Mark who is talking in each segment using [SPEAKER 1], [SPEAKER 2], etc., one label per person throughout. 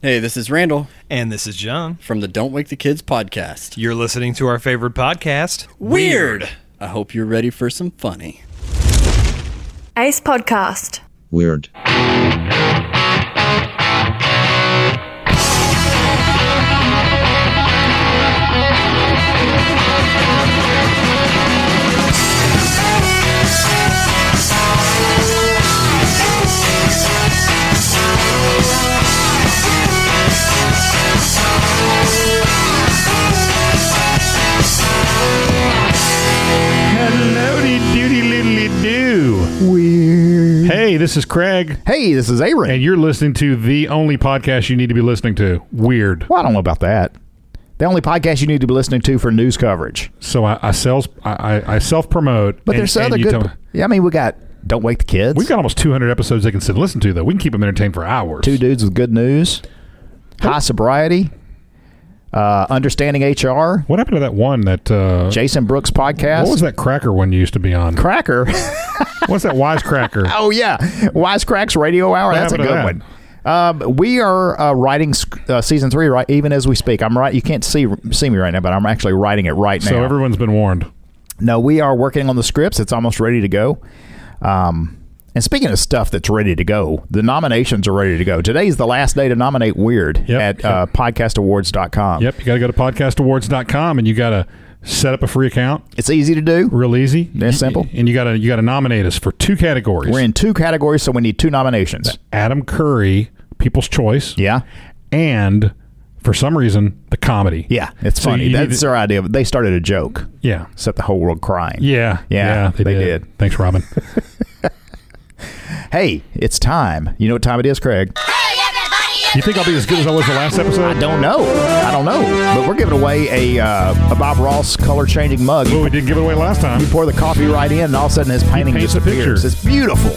[SPEAKER 1] Hey, this is Randall
[SPEAKER 2] And this is John.
[SPEAKER 1] from the Don't Wake the Kids podcast.
[SPEAKER 2] You're listening to our favorite podcast,
[SPEAKER 1] I hope you're ready for some funny.
[SPEAKER 3] Ace Podcast.
[SPEAKER 4] Weird.
[SPEAKER 5] Hello, doody diddly do. Hey, this is Craig,
[SPEAKER 6] Hey, this is Aaron.
[SPEAKER 5] and you're listening to the only podcast you need to be listening to. Weird.
[SPEAKER 6] Well, I don't know about that. The only podcast you need to be listening to for news coverage.
[SPEAKER 5] So I, I self I, I- I self promote.
[SPEAKER 6] But there's other good. yeah, I mean, we got Don't Wake the Kids.
[SPEAKER 5] We've got almost 200 episodes they can sit and listen to, though. We can keep them entertained for hours.
[SPEAKER 6] two dudes with good news, high sobriety, uh, understanding HR,
[SPEAKER 5] What happened to that one that? Uh,
[SPEAKER 6] Jason Brooks podcast.
[SPEAKER 5] what was that cracker one you used to be on?
[SPEAKER 6] Cracker.
[SPEAKER 5] What's that wise cracker?
[SPEAKER 6] oh yeah, Wisecracks Radio Hour. That's a
[SPEAKER 5] happened
[SPEAKER 6] good
[SPEAKER 5] to that?
[SPEAKER 6] one. Um, we are uh, writing sc- uh, season three right even as we speak. I'm right. You can't see see me right now, but I'm actually writing it right now.
[SPEAKER 5] So everyone's been warned.
[SPEAKER 6] Oh. No, we are working on the scripts. It's almost ready to go. Um, and speaking of stuff that's ready to go, the nominations are ready to go. Today's the last day to nominate Weird
[SPEAKER 5] Yep.
[SPEAKER 6] at uh, podcastawards.com.
[SPEAKER 5] Yep, you got to go to podcastawards.com and you got to set up a free account.
[SPEAKER 6] It's easy to do.
[SPEAKER 5] Real easy.
[SPEAKER 6] That's simple.
[SPEAKER 5] And you got to you got to nominate us for two categories.
[SPEAKER 6] We're in two categories, so we need two nominations.
[SPEAKER 5] Adam Curry, People's Choice.
[SPEAKER 6] Yeah.
[SPEAKER 5] And for some reason, the comedy.
[SPEAKER 6] Yeah. It's
[SPEAKER 5] So
[SPEAKER 6] funny.
[SPEAKER 5] you
[SPEAKER 6] That's
[SPEAKER 5] need to-
[SPEAKER 6] their idea. They started a joke,
[SPEAKER 5] yeah.
[SPEAKER 6] set the whole world crying.
[SPEAKER 5] Yeah.
[SPEAKER 6] Yeah, they did.
[SPEAKER 5] Thanks, Robin.
[SPEAKER 6] Hey, it's time. You know what time it is, Craig?
[SPEAKER 5] you think I'll be as good as I was the last episode?
[SPEAKER 6] I don't know. I don't know. But we're giving away a, uh, a Bob Ross color changing mug.
[SPEAKER 5] Well, we did give it away last time.
[SPEAKER 6] You pour the coffee right in, and all of a sudden his painting
[SPEAKER 5] paints a picture.
[SPEAKER 6] disappears. It's beautiful.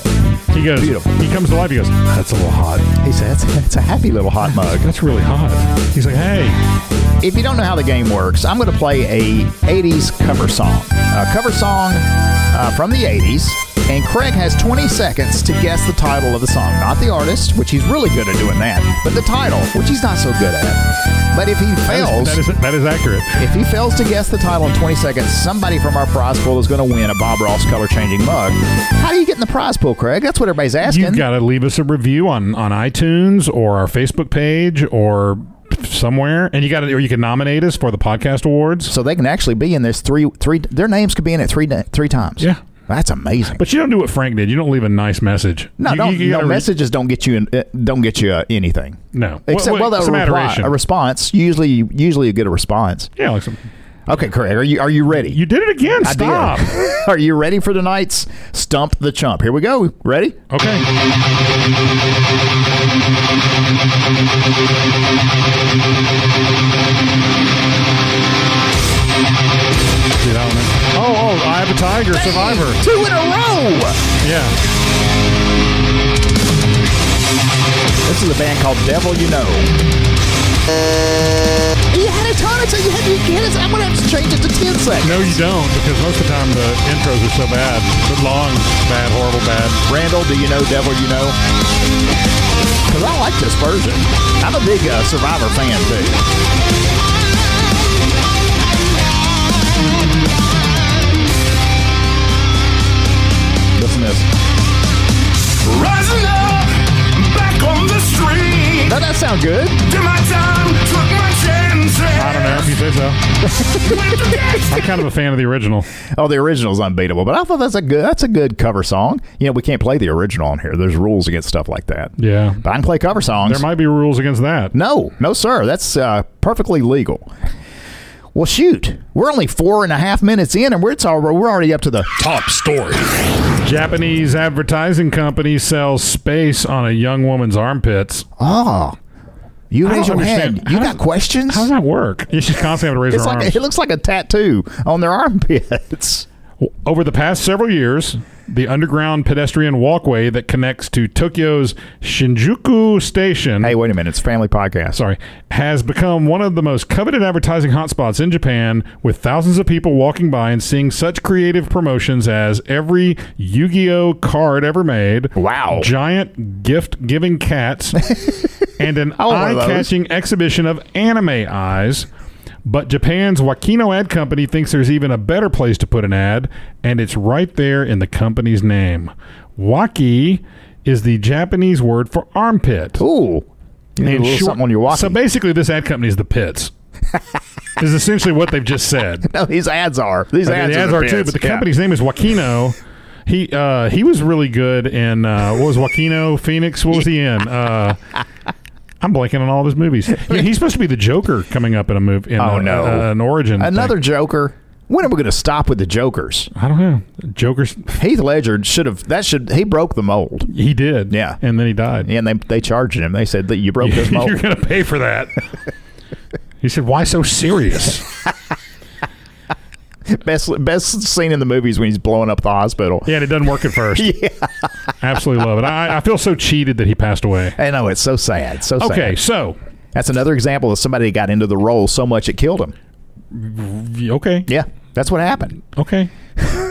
[SPEAKER 5] He goes,
[SPEAKER 6] Beautiful.
[SPEAKER 5] he comes to life. He goes, that's a little hot.
[SPEAKER 6] He said, it's, it's a happy little hot mug.
[SPEAKER 5] That's really hot. He's like, hey,
[SPEAKER 6] If you don't know how the game works, I'm going to play a 80s cover song. A cover song uh, from the 80s, and Craig has 20 seconds to guess the title of the song. Not the artist, which he's really good at doing that, but the title, which he's not so good at. But if he fails,
[SPEAKER 5] that is, that is accurate.
[SPEAKER 6] if he fails to guess the title in 20 seconds, somebody from our prize pool is going to win a Bob Ross color changing mug. How do you get in the prize pool, Craig? That's what everybody's asking.
[SPEAKER 5] You've got to leave us a review on, on iTunes or our Facebook page or somewhere, and you got to, or you can nominate us for the podcast awards.
[SPEAKER 6] So they can actually be in this three three. Their names could be in it three three times.
[SPEAKER 5] Yeah.
[SPEAKER 6] that's amazing.
[SPEAKER 5] But you don't do what Frank did. You don't leave a nice message.
[SPEAKER 6] no,
[SPEAKER 5] you,
[SPEAKER 6] don't,
[SPEAKER 5] you- you
[SPEAKER 6] no
[SPEAKER 5] gotta re-
[SPEAKER 6] messages don't get you in, uh, don't get you uh, anything.
[SPEAKER 5] No.
[SPEAKER 6] Except
[SPEAKER 5] Well, wait,
[SPEAKER 6] well, well
[SPEAKER 5] some
[SPEAKER 6] a, reply,
[SPEAKER 5] adoration.
[SPEAKER 6] a response. Usually, usually you get a response.
[SPEAKER 5] Yeah, like some,
[SPEAKER 6] Okay, Craig, are you are you ready?
[SPEAKER 5] you did it again.
[SPEAKER 6] I did.
[SPEAKER 5] Stop.
[SPEAKER 6] are you ready for tonight's stump the chump? Here we go. Ready?
[SPEAKER 5] Okay. Dude, I don't know. Oh, oh, I have a tiger survivor.
[SPEAKER 6] Two in a row.
[SPEAKER 5] Yeah.
[SPEAKER 6] This is a band called Devil You Know. You had a ton of time. You had to get it. I'm gonna have to change it to ten seconds.
[SPEAKER 5] No, you don't, because most of the time the intros are so bad. The long, bad, horrible, bad.
[SPEAKER 6] Randall, do you know Devil You Know? Because I like this version. I'm a big uh, Survivor fan, too. Listen to this.
[SPEAKER 7] Rising up, back on the street.
[SPEAKER 6] Doesn't that sound good?
[SPEAKER 7] Did my time, took my chances.
[SPEAKER 5] I don't know if you say so. I'm kind of a fan of the original.
[SPEAKER 6] Oh, the original's unbeatable, but I thought that's a good that's a good cover song. You know, we can't play the original on here. There's rules against stuff like that.
[SPEAKER 5] Yeah.
[SPEAKER 6] But I can play cover songs.
[SPEAKER 5] There might be rules against that.
[SPEAKER 6] No, no, sir. That's uh, perfectly legal. Well, shoot, we're only four and a half minutes in, and we're it's all, we're already up to the
[SPEAKER 5] Top story. Japanese advertising company sells space on a young woman's armpits.
[SPEAKER 6] ah. You
[SPEAKER 5] I
[SPEAKER 6] raise
[SPEAKER 5] don't
[SPEAKER 6] your
[SPEAKER 5] understand.
[SPEAKER 6] hand. You
[SPEAKER 5] How
[SPEAKER 6] got
[SPEAKER 5] does-
[SPEAKER 6] questions?
[SPEAKER 5] How does that work? Yeah, she's constantly having to raise
[SPEAKER 6] It's
[SPEAKER 5] her
[SPEAKER 6] like a,
[SPEAKER 5] arms.
[SPEAKER 6] it looks like a tattoo on their armpits.
[SPEAKER 5] W- Over the past several years, the underground pedestrian walkway that connects to Tokyo's Shinjuku Station
[SPEAKER 6] Hey, wait a minute. It's a family podcast.
[SPEAKER 5] sorry, has become one of the most coveted advertising hotspots in Japan, with thousands of people walking by and seeing such creative promotions as every Yu Gi Oh card ever made.
[SPEAKER 6] Wow.
[SPEAKER 5] Giant gift giving cats. and an
[SPEAKER 6] I want one
[SPEAKER 5] eye
[SPEAKER 6] of those.
[SPEAKER 5] catching exhibition of anime eyes. But Japan's Wakino Ad Company thinks there's even a better place to put an ad, and it's right there in the company's name. Waki is the Japanese word for armpit.
[SPEAKER 6] Ooh. You need a
[SPEAKER 5] And
[SPEAKER 6] little
[SPEAKER 5] short-
[SPEAKER 6] something on your walkie.
[SPEAKER 5] So basically, this ad company is the pits. is essentially what they've just said.
[SPEAKER 6] no, these ads are. These
[SPEAKER 5] Okay,
[SPEAKER 6] ads,
[SPEAKER 5] the ads
[SPEAKER 6] the
[SPEAKER 5] are too,
[SPEAKER 6] best.
[SPEAKER 5] but the
[SPEAKER 6] Yeah.
[SPEAKER 5] company's name is Wakino. He uh, he was really good in uh, what was Wakino Phoenix? What was he in? Uh, I'm blanking on all of his movies. Yeah, he's supposed to be the Joker coming up in a movie. In
[SPEAKER 6] Oh,
[SPEAKER 5] a-
[SPEAKER 6] no.
[SPEAKER 5] a- an origin.
[SPEAKER 6] Another
[SPEAKER 5] thing.
[SPEAKER 6] Joker. When are we going to stop with the Jokers?
[SPEAKER 5] I don't know. Joker's
[SPEAKER 6] Heath Ledger should have. That should he broke the mold.
[SPEAKER 5] he did.
[SPEAKER 6] Yeah.
[SPEAKER 5] and then he died.
[SPEAKER 6] And they they charged him. They said that you broke this
[SPEAKER 5] You're
[SPEAKER 6] mold.
[SPEAKER 5] gonna pay for that. he said, "Why so serious?"
[SPEAKER 6] best best scene in the movies when he's blowing up the hospital.
[SPEAKER 5] Yeah, and it doesn't work at first. yeah. Absolutely love it. I, I feel so cheated that he passed away.
[SPEAKER 6] I know it's so sad. So sad.
[SPEAKER 5] Okay, so
[SPEAKER 6] That's another example of somebody that got into the role so much it killed him.
[SPEAKER 5] okay,
[SPEAKER 6] Yeah, that's what happened.
[SPEAKER 5] okay.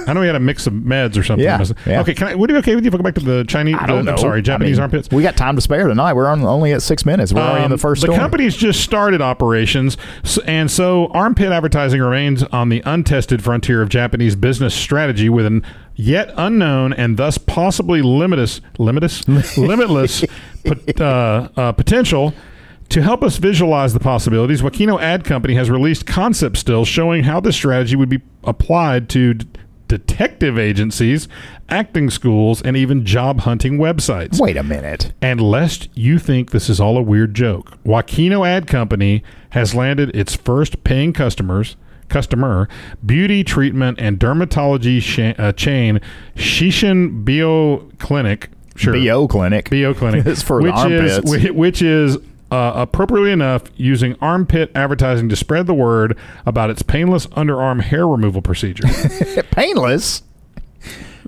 [SPEAKER 5] I know he had a mix of meds or something.
[SPEAKER 6] Yeah, yeah.
[SPEAKER 5] Okay, can I, would it be okay with you if I go back to the Chinese?
[SPEAKER 6] I don't
[SPEAKER 5] the-
[SPEAKER 6] know.
[SPEAKER 5] I'm sorry,
[SPEAKER 6] I
[SPEAKER 5] Japanese
[SPEAKER 6] mean,
[SPEAKER 5] armpits.
[SPEAKER 6] We got time to spare tonight. We're on, only at six minutes. We're already in
[SPEAKER 5] Um,
[SPEAKER 6] the first.
[SPEAKER 5] the
[SPEAKER 6] story.
[SPEAKER 5] company's just started operations, s- and so armpit advertising remains on the untested frontier of Japanese business strategy with an yet unknown and thus possibly limitless, limitless, limitless pot, uh, uh, potential. To help us visualize the possibilities, Wakino Ad Company has released concept stills showing how this strategy would be applied to d- detective agencies, acting schools, and even job hunting websites.
[SPEAKER 6] Wait a minute.
[SPEAKER 5] And lest you think this is all a weird joke, Wakino Ad Company has landed its first paying customers, customer, beauty treatment and dermatology sha- uh, chain Shishin Bio Clinic. Sure.
[SPEAKER 6] Bo Clinic.
[SPEAKER 5] Bio Clinic.
[SPEAKER 6] It's for the
[SPEAKER 5] which is,
[SPEAKER 6] armpits.
[SPEAKER 5] whi- Which is uh, appropriately enough using armpit advertising to spread the word about its painless underarm hair removal procedure.
[SPEAKER 6] Painless.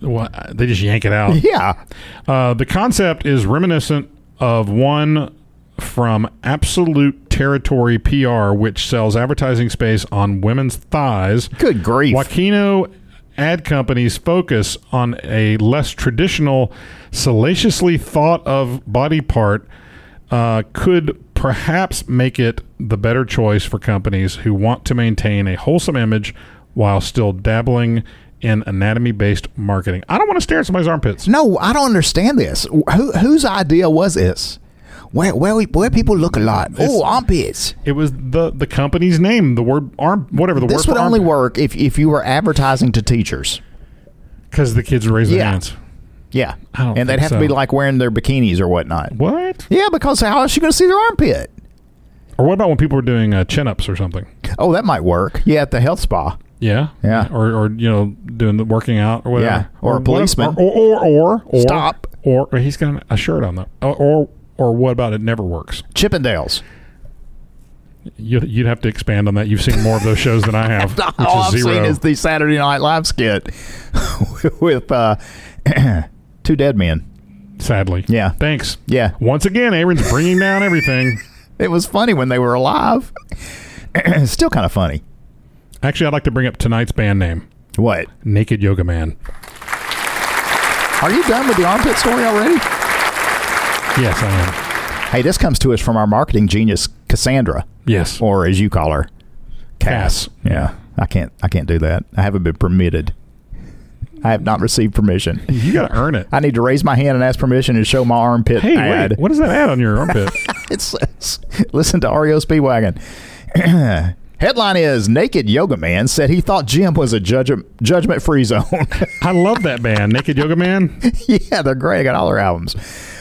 [SPEAKER 5] well, they just yank it out.
[SPEAKER 6] Yeah.
[SPEAKER 5] Uh, the concept is reminiscent of one from Absolute Territory PR, which sells advertising space on women's thighs.
[SPEAKER 6] Good grief.
[SPEAKER 5] Wakino ad companies focus on a less traditional, salaciously thought of body part uh, could perhaps make it the better choice for companies who want to maintain a wholesome image while still dabbling in anatomy based marketing. I don't want to stare at somebody's armpits.
[SPEAKER 6] No, I don't understand this. Who, whose idea was this? Where where, we, where people look a lot. Oh, armpits.
[SPEAKER 5] It was the the company's name, the word arm, whatever the
[SPEAKER 6] This
[SPEAKER 5] word.
[SPEAKER 6] would only work if, if you were advertising to teachers.
[SPEAKER 5] because the kids raise their
[SPEAKER 6] Yeah.
[SPEAKER 5] hands.
[SPEAKER 6] Yeah.
[SPEAKER 5] I don't
[SPEAKER 6] And they'd
[SPEAKER 5] think
[SPEAKER 6] have to be
[SPEAKER 5] so.
[SPEAKER 6] like wearing their bikinis or whatnot.
[SPEAKER 5] What?
[SPEAKER 6] Yeah, because how else you going to see their armpit?
[SPEAKER 5] Or what about when people were doing uh, chin ups or something?
[SPEAKER 6] Oh, that might work. Yeah, at the health spa.
[SPEAKER 5] Yeah,
[SPEAKER 6] Yeah.
[SPEAKER 5] Or or you know doing the working out or whatever.
[SPEAKER 6] Yeah. Or a
[SPEAKER 5] what-
[SPEAKER 6] policeman.
[SPEAKER 5] Or or, or or
[SPEAKER 6] Stop.
[SPEAKER 5] Or, or he's got a shirt on though. Or, or or what about it never works?
[SPEAKER 6] Chippendales.
[SPEAKER 5] You'd, you'd have to expand on that. You've seen more of those shows than I have, which
[SPEAKER 6] All
[SPEAKER 5] is
[SPEAKER 6] I've
[SPEAKER 5] zero.
[SPEAKER 6] seen is the Saturday Night Live skit with uh, two dead men.
[SPEAKER 5] sadly.
[SPEAKER 6] Yeah.
[SPEAKER 5] Thanks.
[SPEAKER 6] Yeah.
[SPEAKER 5] Once again, Aaron's bringing down everything.
[SPEAKER 6] It was funny when they were alive. Still kind of funny.
[SPEAKER 5] Actually, I'd like to bring up tonight's band name,
[SPEAKER 6] What?
[SPEAKER 5] Naked Yoga Man.
[SPEAKER 6] Are you done with the armpit story already?
[SPEAKER 5] Yes, I am.
[SPEAKER 6] Hey, this comes to us from our marketing genius Cassandra,
[SPEAKER 5] Yes.
[SPEAKER 6] or as you call her, Cass.
[SPEAKER 5] Cass.
[SPEAKER 6] Yeah, I can't. I can't do that. I haven't been permitted. I have not received permission.
[SPEAKER 5] You got to earn it.
[SPEAKER 6] I need to raise my hand and ask permission and show my armpit
[SPEAKER 5] Hey,
[SPEAKER 6] ad.
[SPEAKER 5] wait, what is that ad on your armpit?
[SPEAKER 6] It says, listen to REO Speedwagon. Headline is Naked Yoga Man said he thought Jim was a judgment judgment free zone.
[SPEAKER 5] I love that band, Naked Yoga Man.
[SPEAKER 6] yeah, they're great. I got all their albums.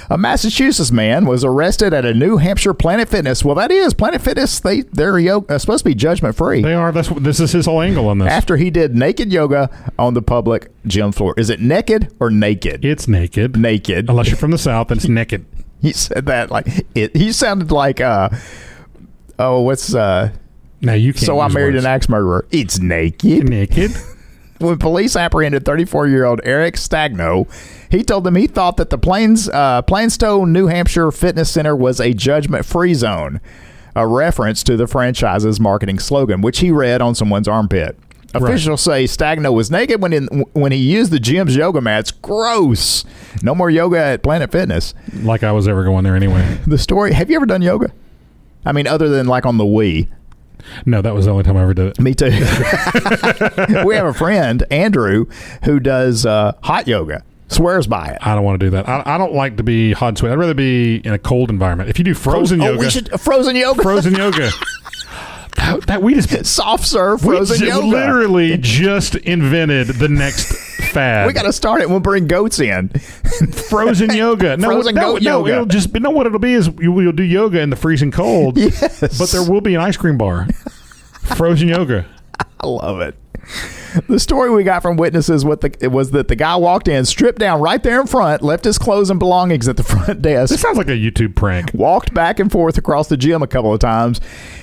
[SPEAKER 6] A Massachusetts man was arrested at a New Hampshire Planet Fitness. Well, that is Planet Fitness. They they're yo- uh, supposed to be judgment free.
[SPEAKER 5] They are. That's what- this is his whole angle on this.
[SPEAKER 6] After he did naked yoga on the public gym floor, is it naked or naked?
[SPEAKER 5] It's naked.
[SPEAKER 6] naked.
[SPEAKER 5] Unless you're from the south, then it's naked.
[SPEAKER 6] He said that like it. He sounded like uh oh, what's uh?
[SPEAKER 5] Now you can't.
[SPEAKER 6] so I
[SPEAKER 5] use
[SPEAKER 6] married
[SPEAKER 5] words.
[SPEAKER 6] an axe murderer. It's naked.
[SPEAKER 5] Naked.
[SPEAKER 6] when police apprehended 34 year old Eric Stagno, he told them he thought that the Plains, uh, Plainstone, New Hampshire Fitness Center was a judgment free zone, a reference to the franchise's marketing slogan, which he read on someone's armpit. Officials say Stagno was naked when in, when he used the gym's yoga mats. Gross. No more yoga at Planet Fitness.
[SPEAKER 5] Like I was ever going there anyway.
[SPEAKER 6] The story. Have you ever done yoga? I mean, other than like on the Wii.
[SPEAKER 5] No, that was the only time I ever did it.
[SPEAKER 6] Me too. we have a friend, Andrew, who does uh, hot yoga, swears by it.
[SPEAKER 5] I don't want to do that. I, I don't like to be hot and sweat. I'd rather be in a cold environment. If you do frozen
[SPEAKER 6] oh,
[SPEAKER 5] yoga,
[SPEAKER 6] we should frozen yoga,
[SPEAKER 5] frozen yoga. That, that we just
[SPEAKER 6] soft serve,
[SPEAKER 5] we
[SPEAKER 6] frozen
[SPEAKER 5] ju-
[SPEAKER 6] yoga.
[SPEAKER 5] literally just invented the next fad.
[SPEAKER 6] we got to start it. We'll bring goats in.
[SPEAKER 5] frozen yoga. No,
[SPEAKER 6] Frozen
[SPEAKER 5] no,
[SPEAKER 6] goat
[SPEAKER 5] no,
[SPEAKER 6] yoga.
[SPEAKER 5] It'll just be, no. What it'll be is you will do yoga in the freezing cold.
[SPEAKER 6] Yes.
[SPEAKER 5] but there will be an ice cream bar. Frozen yoga.
[SPEAKER 6] I love it. The story we got from witnesses with the, it was that the guy walked in, stripped down right there in front, left his clothes and belongings at the front desk.
[SPEAKER 5] This sounds like a YouTube prank.
[SPEAKER 6] walked back and forth across the gym a couple of times,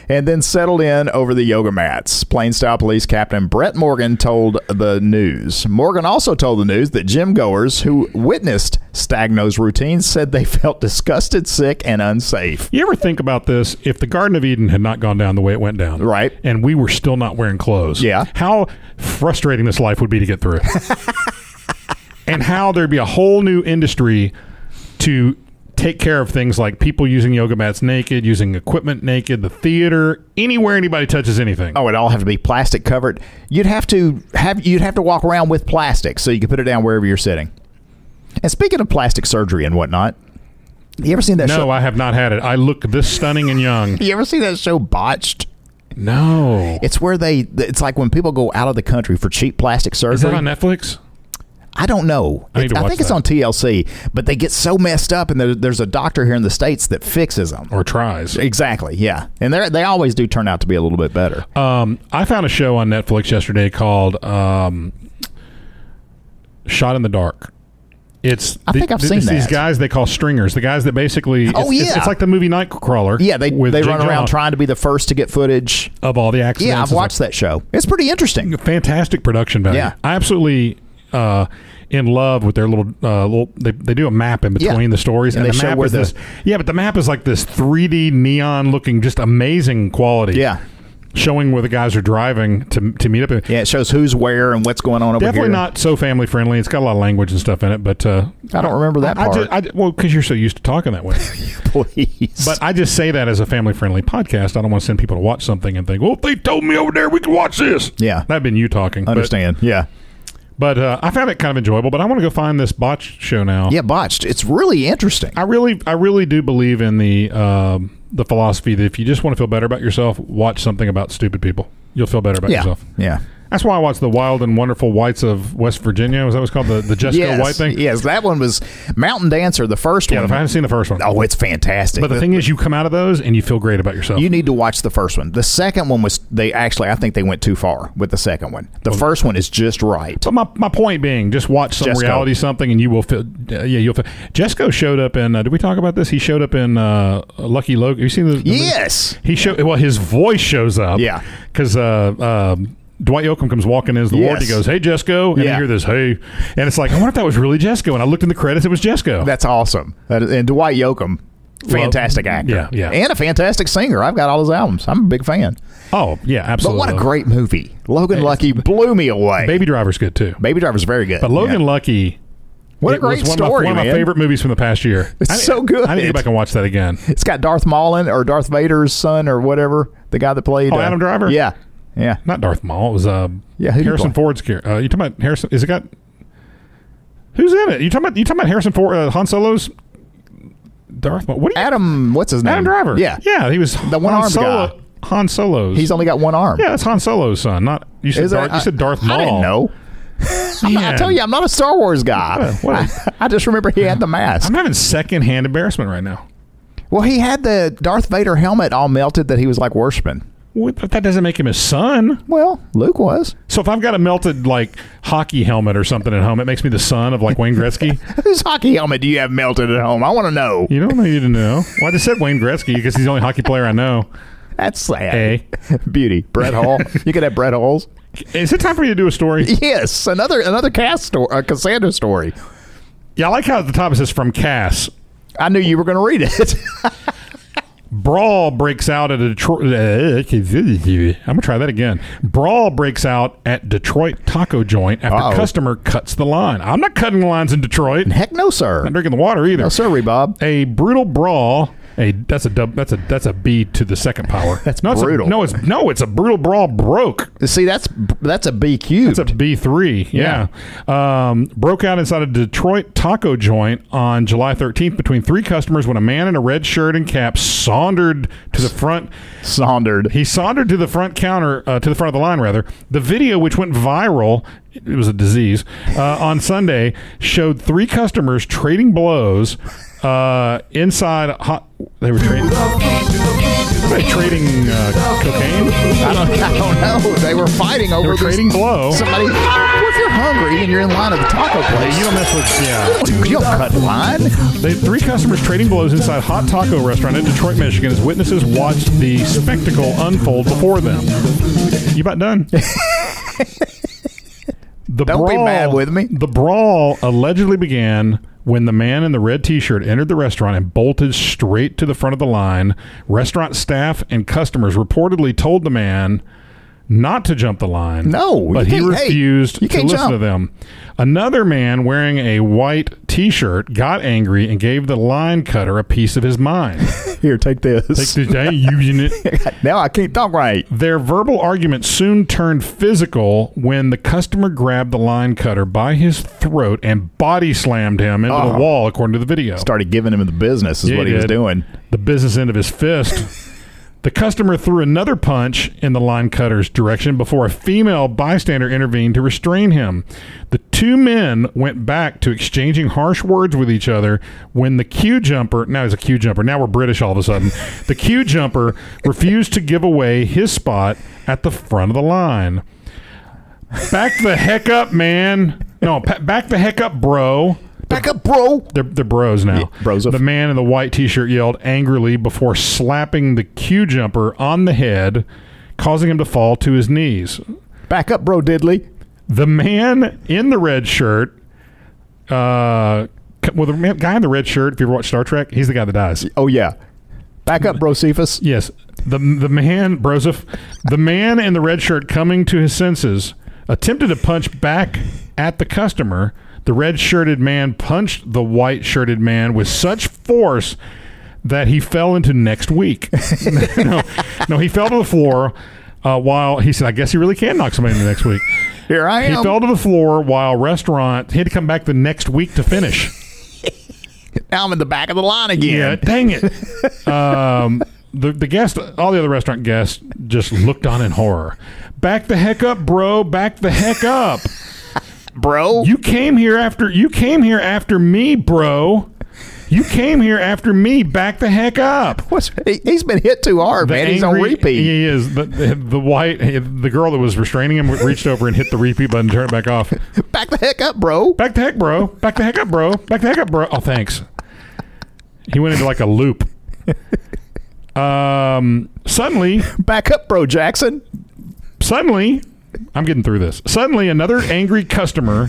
[SPEAKER 6] and then settled in over the yoga mats. Plain Style Police Captain Brett Morgan told the news. Morgan also told the news that gym goers who witnessed Stagno's routine said they felt disgusted, sick, and unsafe.
[SPEAKER 5] You ever think about this? If the Garden of Eden had not gone down the way it went down,
[SPEAKER 6] Right.
[SPEAKER 5] and we were still not wearing clothes,
[SPEAKER 6] Yeah.
[SPEAKER 5] how frustrating this life would be to get through, and how there'd be a whole new industry to take care of things like people using yoga mats naked, using equipment naked, the theater, anywhere anybody touches anything.
[SPEAKER 6] Oh, it all have to be plastic covered. You'd have to have you'd have to walk around with plastic so you could put it down wherever you're sitting. And speaking of plastic surgery and whatnot, you ever seen that
[SPEAKER 5] no,
[SPEAKER 6] show?
[SPEAKER 5] I have not had it. I look this stunning and young.
[SPEAKER 6] you ever seen that show Botched?
[SPEAKER 5] No,
[SPEAKER 6] It's where they. It's like when people go out of the country for cheap plastic
[SPEAKER 5] is that
[SPEAKER 6] surgery.
[SPEAKER 5] on Netflix?
[SPEAKER 6] I don't know.
[SPEAKER 5] I need to
[SPEAKER 6] It's-
[SPEAKER 5] watch
[SPEAKER 6] think it's
[SPEAKER 5] that.
[SPEAKER 6] on TLC, but they get so messed up, and there, there's a doctor here in the states that fixes them.
[SPEAKER 5] Or tries?
[SPEAKER 6] Exactly. Yeah, and they they always do turn out to be a little bit better.
[SPEAKER 5] Um, I found a show on Netflix yesterday called um, "Shot in the Dark." It's
[SPEAKER 6] I think I've
[SPEAKER 5] it's
[SPEAKER 6] seen
[SPEAKER 5] these
[SPEAKER 6] that.
[SPEAKER 5] guys they call stringers. The guys that basically it's,
[SPEAKER 6] Oh,
[SPEAKER 5] it's,
[SPEAKER 6] yeah.
[SPEAKER 5] it's like the movie Nightcrawler.
[SPEAKER 6] yeah, they
[SPEAKER 5] with
[SPEAKER 6] they
[SPEAKER 5] Jake
[SPEAKER 6] run around
[SPEAKER 5] Gyllenhaal
[SPEAKER 6] trying to be the first to get footage.
[SPEAKER 5] of all the accidents.
[SPEAKER 6] Yeah, I've
[SPEAKER 5] It's like
[SPEAKER 6] watched that show. It's pretty interesting.
[SPEAKER 5] fantastic production value.
[SPEAKER 6] Yeah.
[SPEAKER 5] I absolutely. Uh, in love with their little, uh, little they, they do a map in
[SPEAKER 6] Yeah.
[SPEAKER 5] between the stories,
[SPEAKER 6] And
[SPEAKER 5] and,
[SPEAKER 6] they
[SPEAKER 5] the
[SPEAKER 6] show
[SPEAKER 5] map
[SPEAKER 6] where
[SPEAKER 5] is
[SPEAKER 6] the-
[SPEAKER 5] this. Yeah, but the map is like this 3D neon looking, just amazing quality.
[SPEAKER 6] Yeah,
[SPEAKER 5] showing where the guys are driving to to meet up.
[SPEAKER 6] yeah. It shows who's where and what's going on over
[SPEAKER 5] definitely
[SPEAKER 6] here.
[SPEAKER 5] not so family friendly. It's got a lot of language and stuff in it, but uh,
[SPEAKER 6] I don't remember that
[SPEAKER 5] I,
[SPEAKER 6] part.
[SPEAKER 5] just, I, ju- well, because you're so used to talking that way.
[SPEAKER 6] Please,
[SPEAKER 5] but I just say that as a family friendly podcast. I don't want to send people to watch something and think, well, if they told me over there, we could watch this.
[SPEAKER 6] Yeah.
[SPEAKER 5] that'd been you talking. but-
[SPEAKER 6] understand. yeah,
[SPEAKER 5] But, uh, I found it kind of enjoyable. But I want to go find this botch show now.
[SPEAKER 6] yeah. Botched. It's really interesting.
[SPEAKER 5] I really, I really do believe in the um, the philosophy that if you just want to feel better about yourself, watch something about stupid people. You'll feel better about
[SPEAKER 6] yeah,
[SPEAKER 5] yourself.
[SPEAKER 6] yeah.
[SPEAKER 5] That's why I watched the Wild and Wonderful Whites of West Virginia. Was that what's called the the Jessica
[SPEAKER 6] yes,
[SPEAKER 5] White thing?
[SPEAKER 6] Yes, that one was Mountain Dancer, the first
[SPEAKER 5] Yeah,
[SPEAKER 6] one.
[SPEAKER 5] if I haven't seen the first one.
[SPEAKER 6] oh, it's fantastic.
[SPEAKER 5] But the thing is, you come out of those and you feel great about yourself.
[SPEAKER 6] you need to watch the first one. The second one was they actually I think they went too far with the second one. The first one is just right.
[SPEAKER 5] but my, my point being, just watch some
[SPEAKER 6] Jesco.
[SPEAKER 5] reality something and you will feel. Uh, yeah, you'll feel. Jesco showed up in. Uh, did we talk about this? He showed up in uh, Lucky Logan. Have you seen the? the movie?
[SPEAKER 6] Yes.
[SPEAKER 5] He showed. Well, his voice shows up.
[SPEAKER 6] Yeah.
[SPEAKER 5] Because uh, um, Dwight Yoakam comes walking in as the ward. He
[SPEAKER 6] Yes.
[SPEAKER 5] goes, "Hey, Jesco," and
[SPEAKER 6] Yeah.
[SPEAKER 5] you hear this, "Hey," and it's like, I wonder if that was really Jesco. And I looked in the credits; it was Jesco.
[SPEAKER 6] That's awesome. That is, and Dwight Yoakam, fantastic actor.
[SPEAKER 5] yeah, yeah.
[SPEAKER 6] And a fantastic singer. I've got all his albums. I'm a big fan.
[SPEAKER 5] oh, yeah,
[SPEAKER 6] But
[SPEAKER 5] absolutely.
[SPEAKER 6] what a great movie. Logan Lucky blew me away.
[SPEAKER 5] Baby Driver's good too.
[SPEAKER 6] Baby Driver's very good.
[SPEAKER 5] But Logan
[SPEAKER 6] Yeah.
[SPEAKER 5] Lucky.
[SPEAKER 6] What a
[SPEAKER 5] it was
[SPEAKER 6] great
[SPEAKER 5] one of my-
[SPEAKER 6] story,
[SPEAKER 5] One of my
[SPEAKER 6] man.
[SPEAKER 5] favorite movies from the past year.
[SPEAKER 6] It's
[SPEAKER 5] I need-
[SPEAKER 6] so good.
[SPEAKER 5] I need to go back and watch that again.
[SPEAKER 6] It's got Darth Maulin or Darth Vader's son or whatever, the guy that played uh,
[SPEAKER 5] Oh, Adam Driver?
[SPEAKER 6] Yeah. Yeah.
[SPEAKER 5] Not Darth Maul. It was uh,
[SPEAKER 6] Yeah, who did he
[SPEAKER 5] Harrison
[SPEAKER 6] play?
[SPEAKER 5] Ford's character. Uh, you talking about Harrison? Is it got? Who's in it? You talking about? You talking about Harrison Ford? Uh, Han Solo's Darth Maul. What? Are you,
[SPEAKER 6] Adam, what's his name?
[SPEAKER 5] Adam Driver.
[SPEAKER 6] Yeah.
[SPEAKER 5] yeah. He was
[SPEAKER 6] The one-armed
[SPEAKER 5] Han Solo.
[SPEAKER 6] guy.
[SPEAKER 5] Han Solo's.
[SPEAKER 6] He's only got one arm.
[SPEAKER 5] yeah, that's Han Solo's son. Not you said.
[SPEAKER 6] Is
[SPEAKER 5] Darth,
[SPEAKER 6] it?
[SPEAKER 5] you said Darth
[SPEAKER 6] I,
[SPEAKER 5] Maul.
[SPEAKER 6] I didn't know. I'm not- I
[SPEAKER 5] Man.
[SPEAKER 6] tell you, I'm not a Star Wars guy.
[SPEAKER 5] What a- what
[SPEAKER 6] I just remember he had the mask.
[SPEAKER 5] I'm having secondhand embarrassment right now.
[SPEAKER 6] Well, he had the Darth Vader helmet all melted that he was like worshiping.
[SPEAKER 5] What, but that doesn't make him his son.
[SPEAKER 6] Well, Luke was.
[SPEAKER 5] So if I've got a melted like hockey helmet or something at home, it makes me the son of like Wayne Gretzky.
[SPEAKER 6] Whose hockey helmet do you have melted at home? I want to know.
[SPEAKER 5] you don't need to know. Well, I just said Wayne Gretzky because he's the only hockey player I know.
[SPEAKER 6] That's sad.
[SPEAKER 5] Hey.
[SPEAKER 6] Beauty. Brett Hall. you could have Brett Halls.
[SPEAKER 5] Is it time for you to do a story?
[SPEAKER 6] Yes, another another Cass story, uh, Cassandra story.
[SPEAKER 5] Yeah, I like how at the top it says from Cass.
[SPEAKER 6] I knew you were going to read it.
[SPEAKER 5] Brawl breaks out at a Detroit. I'm gonna try that again. Brawl breaks out at Detroit taco joint after
[SPEAKER 6] Uh-oh.
[SPEAKER 5] customer cuts the line. I'm not cutting lines in Detroit. I'm
[SPEAKER 6] Heck no, sir.
[SPEAKER 5] not drinking the water either.
[SPEAKER 6] No, sir, Bob.
[SPEAKER 5] a brutal brawl. A that's a dub, that's a that's a B to the second power.
[SPEAKER 6] That's
[SPEAKER 5] no, it's a-
[SPEAKER 6] brutal.
[SPEAKER 5] no, it's no, it's a brutal brawl. Broke.
[SPEAKER 6] See, that's that's a B
[SPEAKER 5] It's
[SPEAKER 6] cubed.
[SPEAKER 5] a B three. Yeah, Um, broke out inside a Detroit taco joint on July 13th between three customers when a man in a red shirt and cap sauntered to the front.
[SPEAKER 6] Saundered.
[SPEAKER 5] He sauntered to the front counter, uh, to the front of the line, rather. The video, which went viral, it was a disease, uh, on Sunday, showed three customers trading blows uh, inside a hot. They were trading, they were trading uh, cocaine.
[SPEAKER 6] I don't, I don't know. They were fighting over
[SPEAKER 5] were
[SPEAKER 6] this-
[SPEAKER 5] trading blow.
[SPEAKER 6] Somebody, well, if you're hungry and you're in line at the taco place,
[SPEAKER 5] You don't mess with, yeah.
[SPEAKER 6] you don't, you don't cut in line.
[SPEAKER 5] They had three customers trading blows inside a hot taco restaurant in Detroit, Michigan, as witnesses watched the spectacle unfold before them. You about done? The
[SPEAKER 6] Don't be mad with me.
[SPEAKER 5] The brawl allegedly began when the man in the red T-shirt entered the restaurant and bolted straight to the front of the line. Restaurant staff and customers reportedly told the man not to jump the line.
[SPEAKER 6] No, you
[SPEAKER 5] but he
[SPEAKER 6] can't- hey,
[SPEAKER 5] refused
[SPEAKER 6] you
[SPEAKER 5] to
[SPEAKER 6] can't
[SPEAKER 5] listen
[SPEAKER 6] jump.
[SPEAKER 5] to them. Another man wearing a white T-shirt got angry and gave the line cutter a piece of his mind.
[SPEAKER 6] Here, take this.
[SPEAKER 5] Take this, I ain't using it.
[SPEAKER 6] now I can't talk right.
[SPEAKER 5] Their verbal argument soon turned physical when the customer grabbed the line cutter by his throat and body slammed him into
[SPEAKER 6] Uh-huh.
[SPEAKER 5] the wall, according to the video.
[SPEAKER 6] Started giving him the business is
[SPEAKER 5] Yeah,
[SPEAKER 6] what he was
[SPEAKER 5] did.
[SPEAKER 6] doing.
[SPEAKER 5] The business end of his fist. the customer threw another punch in the line cutter's direction before a female bystander intervened to restrain him. The two men went back to exchanging harsh words with each other when the queue jumper, now he's a queue jumper, now we're British all of a sudden, the queue jumper refused to give away his spot at the front of the line. Back the heck up, man. No, pa- back the heck up, bro.
[SPEAKER 6] Back up, bro.
[SPEAKER 5] They're, they're bros now.
[SPEAKER 6] Yeah, bros of-
[SPEAKER 5] The man in the white t-shirt yelled angrily before slapping the cue jumper on the head, causing him to fall to his knees.
[SPEAKER 6] Back up, bro, diddly.
[SPEAKER 5] The man in the red shirt, uh, c- well, the man, guy in the red shirt, if you ever watch Star Trek, he's the guy that dies.
[SPEAKER 6] Oh, yeah. Back up, bro, Cephas.
[SPEAKER 5] Yes, the the man, Broseph, the man in the red shirt, coming to his senses, attempted to punch back at the customer. The red shirted man punched the white shirted man with such force that he fell into next week. no, no, he fell to the floor. Uh, while he said, "I guess he really can knock somebody into next week."
[SPEAKER 6] Here I
[SPEAKER 5] He
[SPEAKER 6] am.
[SPEAKER 5] fell to the floor while restaurant. He had to come back the next week to finish.
[SPEAKER 6] now I'm in the back of the line
[SPEAKER 5] Yeah,
[SPEAKER 6] again.
[SPEAKER 5] dang it. um, the the guest, all the other restaurant guests, just looked on in horror. Back the heck up, bro! Back the heck up!
[SPEAKER 6] Bro.
[SPEAKER 5] You came here after you came here after me, bro. You came here after me. Back the heck up!
[SPEAKER 6] What's, he, he's been hit too hard,
[SPEAKER 5] The
[SPEAKER 6] man. he's on
[SPEAKER 5] angry-
[SPEAKER 6] repeat.
[SPEAKER 5] He is the, the, the white. The girl that was restraining him reached over and hit the repeat button, turned it back off.
[SPEAKER 6] Back the heck up, bro.
[SPEAKER 5] Back the heck, bro! Back the heck up, bro! Back the heck up, bro! Oh, thanks. He went into like a loop. Um, suddenly,
[SPEAKER 6] Back up, bro, Jackson.
[SPEAKER 5] Suddenly, I'm getting through this. Suddenly, another angry customer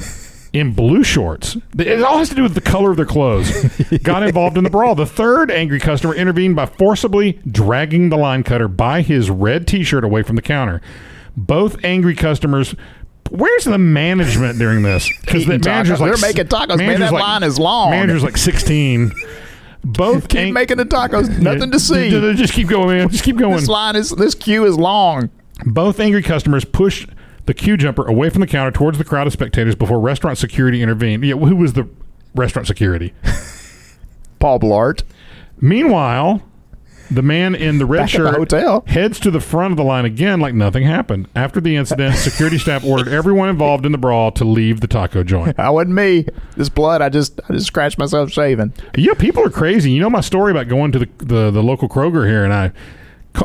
[SPEAKER 5] in blue shorts, it all has to do with the color of their clothes, got involved in the brawl. The third angry customer intervened by forcibly dragging the line cutter by his red t shirt away from the counter. Both angry customers. Where's the management during this? Because
[SPEAKER 6] Eating tacos. They're making tacos, man. That line is long.
[SPEAKER 5] Manager's like 16. Both
[SPEAKER 6] Keep
[SPEAKER 5] ang-
[SPEAKER 6] making the tacos. Nothing to see.
[SPEAKER 5] Just keep going, man. Just keep going.
[SPEAKER 6] This line is this queue is long.
[SPEAKER 5] Both angry customers pushed the queue jumper away from the counter towards the crowd of spectators before restaurant security intervened. Yeah, who was the restaurant security?
[SPEAKER 6] Paul Blart.
[SPEAKER 5] Meanwhile, the man in the red
[SPEAKER 6] Back at the
[SPEAKER 5] shirt
[SPEAKER 6] hotel.
[SPEAKER 5] heads to the front of the line again like nothing happened. After the incident, security staff ordered everyone involved in the brawl to leave the taco joint.
[SPEAKER 6] That wasn't me. This blood, I just I just scratched myself shaving.
[SPEAKER 5] Yeah, people are crazy. You know my story about going to the the, the local Kroger here, and I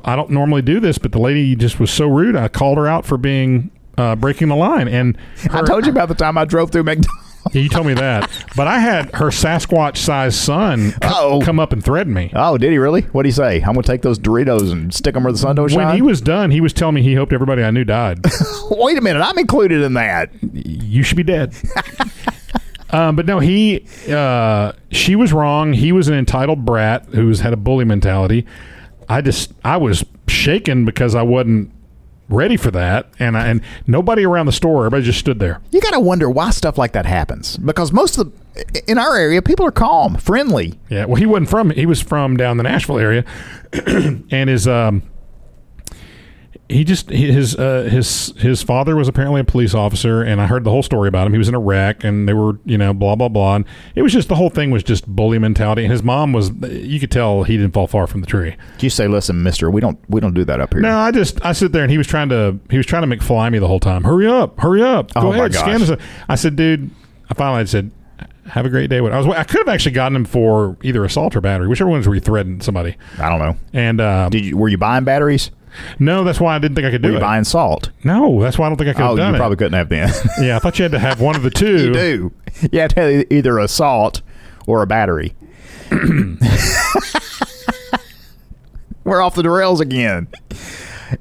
[SPEAKER 5] I don't normally do this, but the lady just was so rude. I called her out for being uh, breaking the line, and
[SPEAKER 6] I
[SPEAKER 5] her-
[SPEAKER 6] told you about the time I drove through McDonald's.
[SPEAKER 5] You told me that, but I had her Sasquatch-sized son co-
[SPEAKER 6] Uh-oh.
[SPEAKER 5] Uh, come up and threaten me.
[SPEAKER 6] Oh, did he really? What'd he say? I'm going to take those Doritos and stick them where the sun don't
[SPEAKER 5] When
[SPEAKER 6] shine.
[SPEAKER 5] he was done, he was telling me he hoped everybody I knew died.
[SPEAKER 6] Wait a minute, I'm included in that.
[SPEAKER 5] you should be dead. um, but no, he, uh, she was wrong. He was an entitled brat who's had a bully mentality. I just, I was shaken because I wasn't ready for that, and I, and nobody around the store. Everybody just stood there.
[SPEAKER 6] You got to wonder why stuff like that happens because most of the in our area people are calm, friendly.
[SPEAKER 5] Yeah. Well, he wasn't from. He was from down the Nashville area, and his um. He just his uh, his his father was apparently a police officer, and I heard the whole story about him. He was in Iraq, and they were you know blah blah blah. And it was just the whole thing was just bully mentality. And his mom was you could tell he didn't fall far from the tree.
[SPEAKER 6] You say, "Listen, Mister, we don't we don't do that up here."
[SPEAKER 5] No, I just I sit there and he was trying to he was trying to McFly me the whole time. Hurry up, hurry up, go
[SPEAKER 6] Oh, my
[SPEAKER 5] ahead, scan
[SPEAKER 6] gosh.
[SPEAKER 5] us. I said, dude, I finally said, have a great day. I was I could have actually gotten him for either assault or battery, whichever ones where he threatened somebody.
[SPEAKER 6] I don't know.
[SPEAKER 5] And um,
[SPEAKER 6] Did you were you buying batteries?
[SPEAKER 5] no, that's why I didn't think I could
[SPEAKER 6] Were
[SPEAKER 5] do
[SPEAKER 6] you
[SPEAKER 5] it.
[SPEAKER 6] buying salt?
[SPEAKER 5] no, that's why I don't think I could have
[SPEAKER 6] oh,
[SPEAKER 5] done
[SPEAKER 6] you
[SPEAKER 5] it.
[SPEAKER 6] probably couldn't have then.
[SPEAKER 5] yeah, I thought you had to have one of the two.
[SPEAKER 6] you do. You have to have either a salt or a battery. we're off the rails again.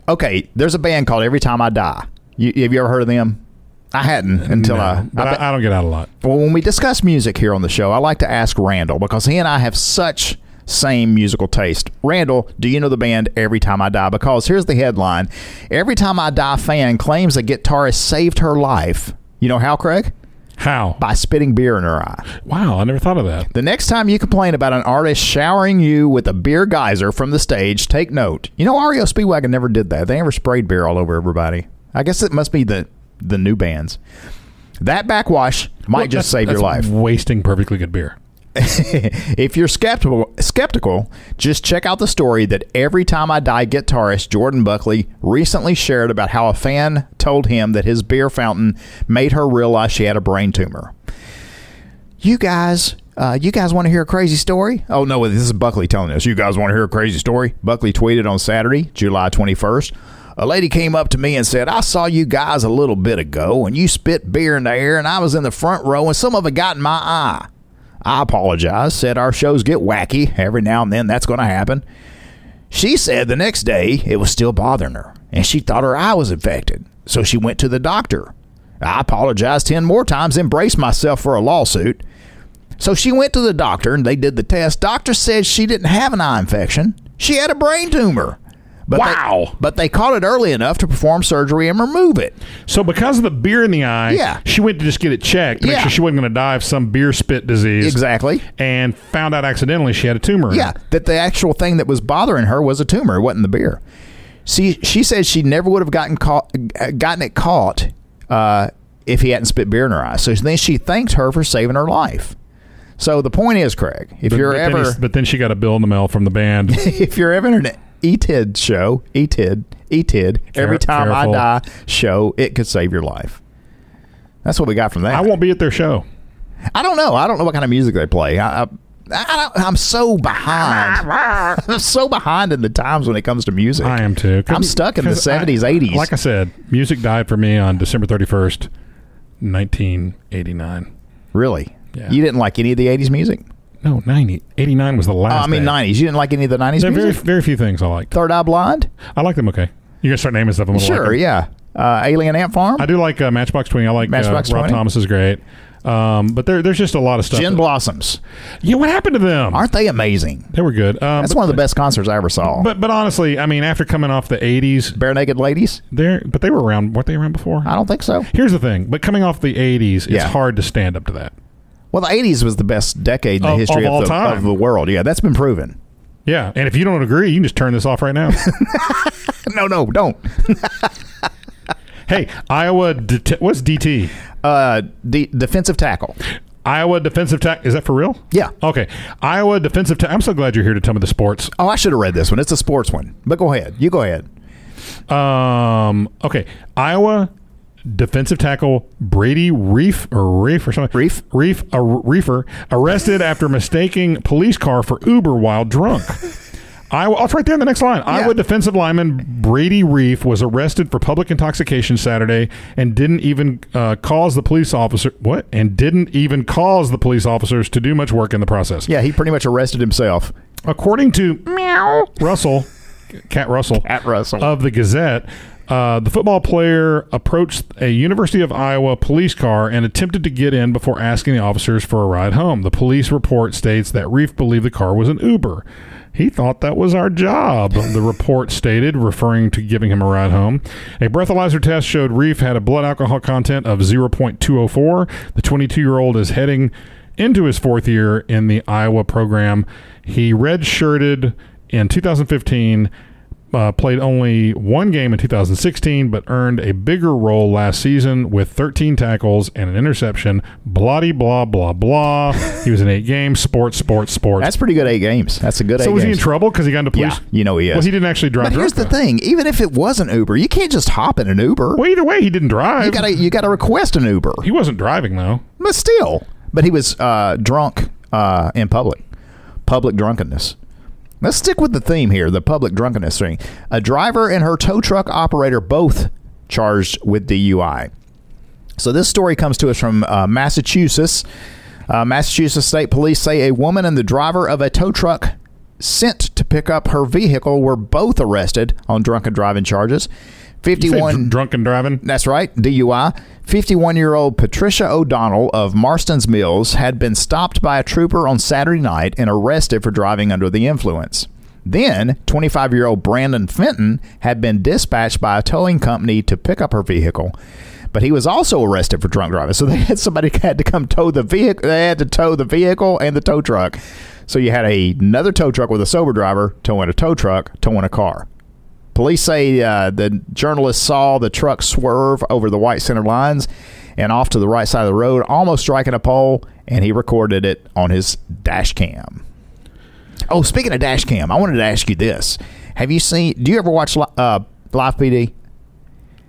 [SPEAKER 6] Okay, there's a band called Every Time I Die. You, have you ever heard of them? I hadn't until
[SPEAKER 5] Mm, No,
[SPEAKER 6] I,
[SPEAKER 5] but I, I don't get out a lot.
[SPEAKER 6] Well, when we discuss music here on the show, I like to ask Randall because he and I have such same musical taste. Randall, do you know the band Every Time I Die? Because here's the headline Every Time I Die fan claims a guitarist saved her life. You know how, Craig?
[SPEAKER 5] How?
[SPEAKER 6] By spitting beer in her eye.
[SPEAKER 5] Wow, I never thought of that.
[SPEAKER 6] The next time you complain about an artist showering you with a beer geyser from the stage, take note. You know, REO Speedwagon never did that. They never sprayed beer all over everybody. I guess it must be the, the new bands. That backwash might
[SPEAKER 5] Well, that's-
[SPEAKER 6] just save your
[SPEAKER 5] that's
[SPEAKER 6] life.
[SPEAKER 5] Wasting perfectly good beer.
[SPEAKER 6] if you're skeptical, skeptical, just check out the story that every time I die guitarist Jordan Buckley recently shared about how a fan told him that his beer fountain made her realize she had a brain tumor. You guys, uh, you guys want to hear a crazy story? Oh no, this is Buckley telling us. You guys want to hear a crazy story? Buckley tweeted on Saturday, July 21st. A lady came up to me and said, I saw you guys a little bit ago and you spit beer in the air and I was in the front row and some of it got in my eye. I apologize, said our shows get wacky. Every now and then that's going to happen. She said the next day it was still bothering her, and she thought her eye was infected, so she went to the doctor. I apologized 10 more times, embraced myself for a lawsuit. So she went to the doctor and they did the test. Doctor said she didn't have an eye infection, she had a brain tumor. But They,
[SPEAKER 5] Wow.
[SPEAKER 6] but they caught it early enough to perform surgery and remove it.
[SPEAKER 5] So because of the beer in the eye,
[SPEAKER 6] Yeah.
[SPEAKER 5] she went to just get it checked to
[SPEAKER 6] Yeah.
[SPEAKER 5] make sure she wasn't going to die of some beer spit disease.
[SPEAKER 6] Exactly.
[SPEAKER 5] And found out accidentally she had a tumor. in
[SPEAKER 6] Yeah,
[SPEAKER 5] her.
[SPEAKER 6] that the actual thing that was bothering her was a tumor. It wasn't the beer. See, she says she never would have gotten caught, gotten it caught uh, if he hadn't spit beer in her eye. So then she thanked her for saving her life. So the point is, Craig, if
[SPEAKER 5] But,
[SPEAKER 6] you're
[SPEAKER 5] but then
[SPEAKER 6] ever
[SPEAKER 5] he- but then she got a bill in the mail from the band.
[SPEAKER 6] if you're ever in an E ETID show, E ETID, ETID, every time
[SPEAKER 5] careful.
[SPEAKER 6] I die show, it could save your life. That's what we got from that.
[SPEAKER 5] I won't be at their show.
[SPEAKER 6] I don't know. I don't know what kind of music they play. I, I, I don't, I'm so behind. I'm so behind in the times when it comes to music.
[SPEAKER 5] I am too. 'Cause-
[SPEAKER 6] I'm stuck in the
[SPEAKER 5] 'cause I-
[SPEAKER 6] 70s, 80s.
[SPEAKER 5] Like I said, music died for me on December 31st, 1989.
[SPEAKER 6] Really?
[SPEAKER 5] Yeah.
[SPEAKER 6] You didn't like any of the 80s music?
[SPEAKER 5] No, 90. 89 was the
[SPEAKER 6] Oh,
[SPEAKER 5] last.
[SPEAKER 6] I mean,
[SPEAKER 5] day.
[SPEAKER 6] 90s. You didn't like any of the 90s
[SPEAKER 5] There are very,
[SPEAKER 6] music?
[SPEAKER 5] very few things I liked.
[SPEAKER 6] Third Eye Blind?
[SPEAKER 5] I like them okay. You're going to start naming stuff. I'm gonna like
[SPEAKER 6] Sure,
[SPEAKER 5] them.
[SPEAKER 6] yeah. Uh, Alien Ant Farm?
[SPEAKER 5] I do like uh, Matchbox 20. I like
[SPEAKER 6] Matchbox
[SPEAKER 5] uh, Rob
[SPEAKER 6] 20?
[SPEAKER 5] Thomas is great. Um, but there, there's just a lot of stuff.
[SPEAKER 6] Gin
[SPEAKER 5] that-
[SPEAKER 6] Blossoms.
[SPEAKER 5] Yeah, what happened to them?
[SPEAKER 6] Aren't they amazing?
[SPEAKER 5] they were good. Um,
[SPEAKER 6] That's
[SPEAKER 5] but,
[SPEAKER 6] one of the best concerts I ever saw.
[SPEAKER 5] But but honestly, I mean, after coming off the '80s,
[SPEAKER 6] Bare Naked Ladies?
[SPEAKER 5] they're but they were around. Weren't they around before?
[SPEAKER 6] I don't think so.
[SPEAKER 5] Here's the thing. But coming off the '80s,
[SPEAKER 6] Yeah.
[SPEAKER 5] it's hard to stand up to that.
[SPEAKER 6] Well, the 80s was the best decade in the
[SPEAKER 5] Of-
[SPEAKER 6] history
[SPEAKER 5] of all
[SPEAKER 6] the,
[SPEAKER 5] time.
[SPEAKER 6] of the world. Yeah, that's been proven.
[SPEAKER 5] Yeah, and if you don't agree, you can just turn this off right now.
[SPEAKER 6] No, no, don't.
[SPEAKER 5] hey, Iowa, det- what's DT?
[SPEAKER 6] Uh, de- defensive tackle.
[SPEAKER 5] Iowa defensive tack. Is that for real?
[SPEAKER 6] Yeah.
[SPEAKER 5] Okay. Iowa defensive tack. I'm so glad you're here to tell me the sports.
[SPEAKER 6] Oh, I should have read this one. It's a sports one. But go ahead. You go ahead.
[SPEAKER 5] Um. Okay. Iowa defensive tackle Brady Reef or Reef or something.
[SPEAKER 6] Reef?
[SPEAKER 5] Reef. A reefer arrested after mistaking police car for Uber while drunk. I, oh, it's right there in the next line. Iowa defensive lineman Brady Reef was arrested for public intoxication Saturday and didn't even uh, cause the police officer what and didn't even cause the police officers to do much work in the process.
[SPEAKER 6] Yeah, he pretty much arrested himself.
[SPEAKER 5] According to Meow Russell, Cat Russell,
[SPEAKER 6] Cat Russell.
[SPEAKER 5] of the Gazette, uh, the football player approached a University of Iowa police car and attempted to get in before asking the officers for a ride home. The police report states that Reef believed the car was an Uber. He thought that was our job, the report stated, referring to giving him a ride home. A breathalyzer test showed Reef had a blood alcohol content of 0.204. The 22 year old is heading into his fourth year in the Iowa program. He redshirted in 2015 uh, played only one game in 2016, but earned a bigger role last season with 13 tackles and an interception. Bloody blah blah blah. he was in eight games. Sports, sports, sports.
[SPEAKER 6] That's pretty good eight games. That's a good
[SPEAKER 5] so
[SPEAKER 6] eight
[SPEAKER 5] was he
[SPEAKER 6] games.
[SPEAKER 5] in trouble because he got into police?
[SPEAKER 6] Yeah, you know he is.
[SPEAKER 5] Well, he didn't actually drive.
[SPEAKER 6] But here's the
[SPEAKER 5] drunk, though.
[SPEAKER 6] thing: even if it was an Uber, you can't just hop in an Uber.
[SPEAKER 5] Well, either way, he didn't drive.
[SPEAKER 6] you gotta you gotta request an Uber.
[SPEAKER 5] he wasn't driving though.
[SPEAKER 6] But still, but he was uh, drunk uh, in public, public drunkenness. Let's stick with the theme here, the public drunkenness thing. A driver and her tow truck operator both charged with DUI. So this story comes to us from uh, Massachusetts. Uh, Massachusetts State Police say a woman and the driver of a tow truck sent to pick up her vehicle were both arrested on drunken driving charges.
[SPEAKER 5] You say
[SPEAKER 6] 51
[SPEAKER 5] dr- drunken driving.
[SPEAKER 6] that's right, DUI. 51 year old Patricia O'Donnell of Marston's Mills had been stopped by a trooper on Saturday night and arrested for driving under the influence. Then, 25 year old Brandon Fenton had been dispatched by a towing company to pick up her vehicle, but he was also arrested for drunk driving. So they had somebody had to come tow the vehicle. They had to tow the vehicle and the tow truck. So you had a, another tow truck with a sober driver towing a tow truck, towing a car. Police say uh, the journalist saw the truck swerve over the white center lines and off to the right side of the road, almost striking a pole, and he recorded it on his dash cam. Oh, speaking of dash cam, I wanted to ask you this. Have you seen, do you ever watch Li- uh, Live PD?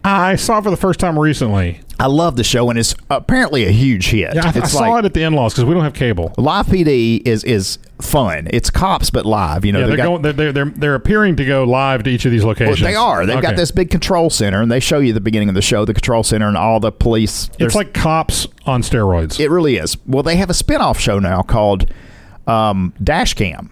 [SPEAKER 5] I saw it for the first time recently.
[SPEAKER 6] I love the show, and it's apparently a huge hit.
[SPEAKER 5] Yeah, I, I
[SPEAKER 6] it's Oh,
[SPEAKER 5] saw it at the in-laws because we don't have cable.
[SPEAKER 6] Live PD is, is fun. It's cops, but live. You know,
[SPEAKER 5] Yeah, they're
[SPEAKER 6] they
[SPEAKER 5] going.
[SPEAKER 6] got-
[SPEAKER 5] They're, they're they're they're appearing to go live to each of these
[SPEAKER 6] Well,
[SPEAKER 5] locations.
[SPEAKER 6] they are. They've got
[SPEAKER 5] Okay.
[SPEAKER 6] this big control center, and they show you the beginning of the show, the control center, and all the police.
[SPEAKER 5] It's like cops on steroids.
[SPEAKER 6] It really is. Well, they have a spin-off show now called um, Dash Cam.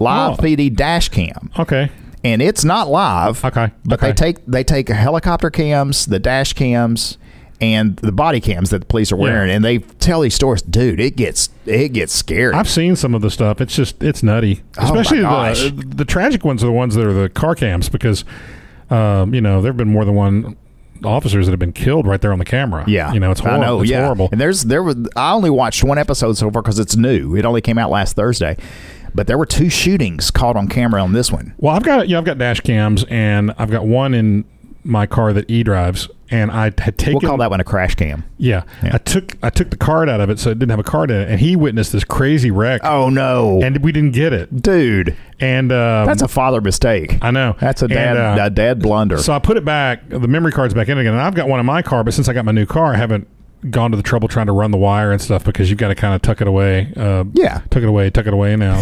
[SPEAKER 6] Live
[SPEAKER 5] Oh.
[SPEAKER 6] PD Dash Cam.
[SPEAKER 5] okay.
[SPEAKER 6] And it's not live.
[SPEAKER 5] Okay,
[SPEAKER 6] But
[SPEAKER 5] okay.
[SPEAKER 6] they take they take helicopter cams, the dash cams, and the body cams that the police are wearing, and they tell these stories. Dude, it gets it gets scary.
[SPEAKER 5] I've seen some of the stuff. It's just it's nutty.
[SPEAKER 6] Oh, my
[SPEAKER 5] Especially
[SPEAKER 6] gosh.
[SPEAKER 5] the the tragic ones are the ones that are the car cams because um, you know, there've been more than one officers that have been killed right there on the camera.
[SPEAKER 6] yeah,
[SPEAKER 5] You know, it's horrible.
[SPEAKER 6] I know,
[SPEAKER 5] it's
[SPEAKER 6] yeah.
[SPEAKER 5] horrible.
[SPEAKER 6] And there's there was I only watched one episode so far because it's new. It only came out last Thursday, but there were two shootings caught on camera on this one.
[SPEAKER 5] Well, I've got yeah, I've got dash cams and I've got one in my car that E drives and I had taken
[SPEAKER 6] We'll call that one a crash cam.
[SPEAKER 5] Yeah,
[SPEAKER 6] Yeah.
[SPEAKER 5] I took I took the card out of it so it didn't have a card in it and he witnessed this crazy wreck
[SPEAKER 6] Oh no,
[SPEAKER 5] and we didn't get it.
[SPEAKER 6] dude.
[SPEAKER 5] And um,
[SPEAKER 6] That's a father mistake.
[SPEAKER 5] I know.
[SPEAKER 6] That's a
[SPEAKER 5] And,
[SPEAKER 6] dad
[SPEAKER 5] uh,
[SPEAKER 6] a dad blunder.
[SPEAKER 5] So I put it back, the memory card's back in again. And I've got one in my car, but since I got my new car, I haven't gone to the trouble trying to run the wire and stuff because you've got to kind of tuck it away. Uh,
[SPEAKER 6] Yeah.
[SPEAKER 5] Tuck it away, tuck it away now.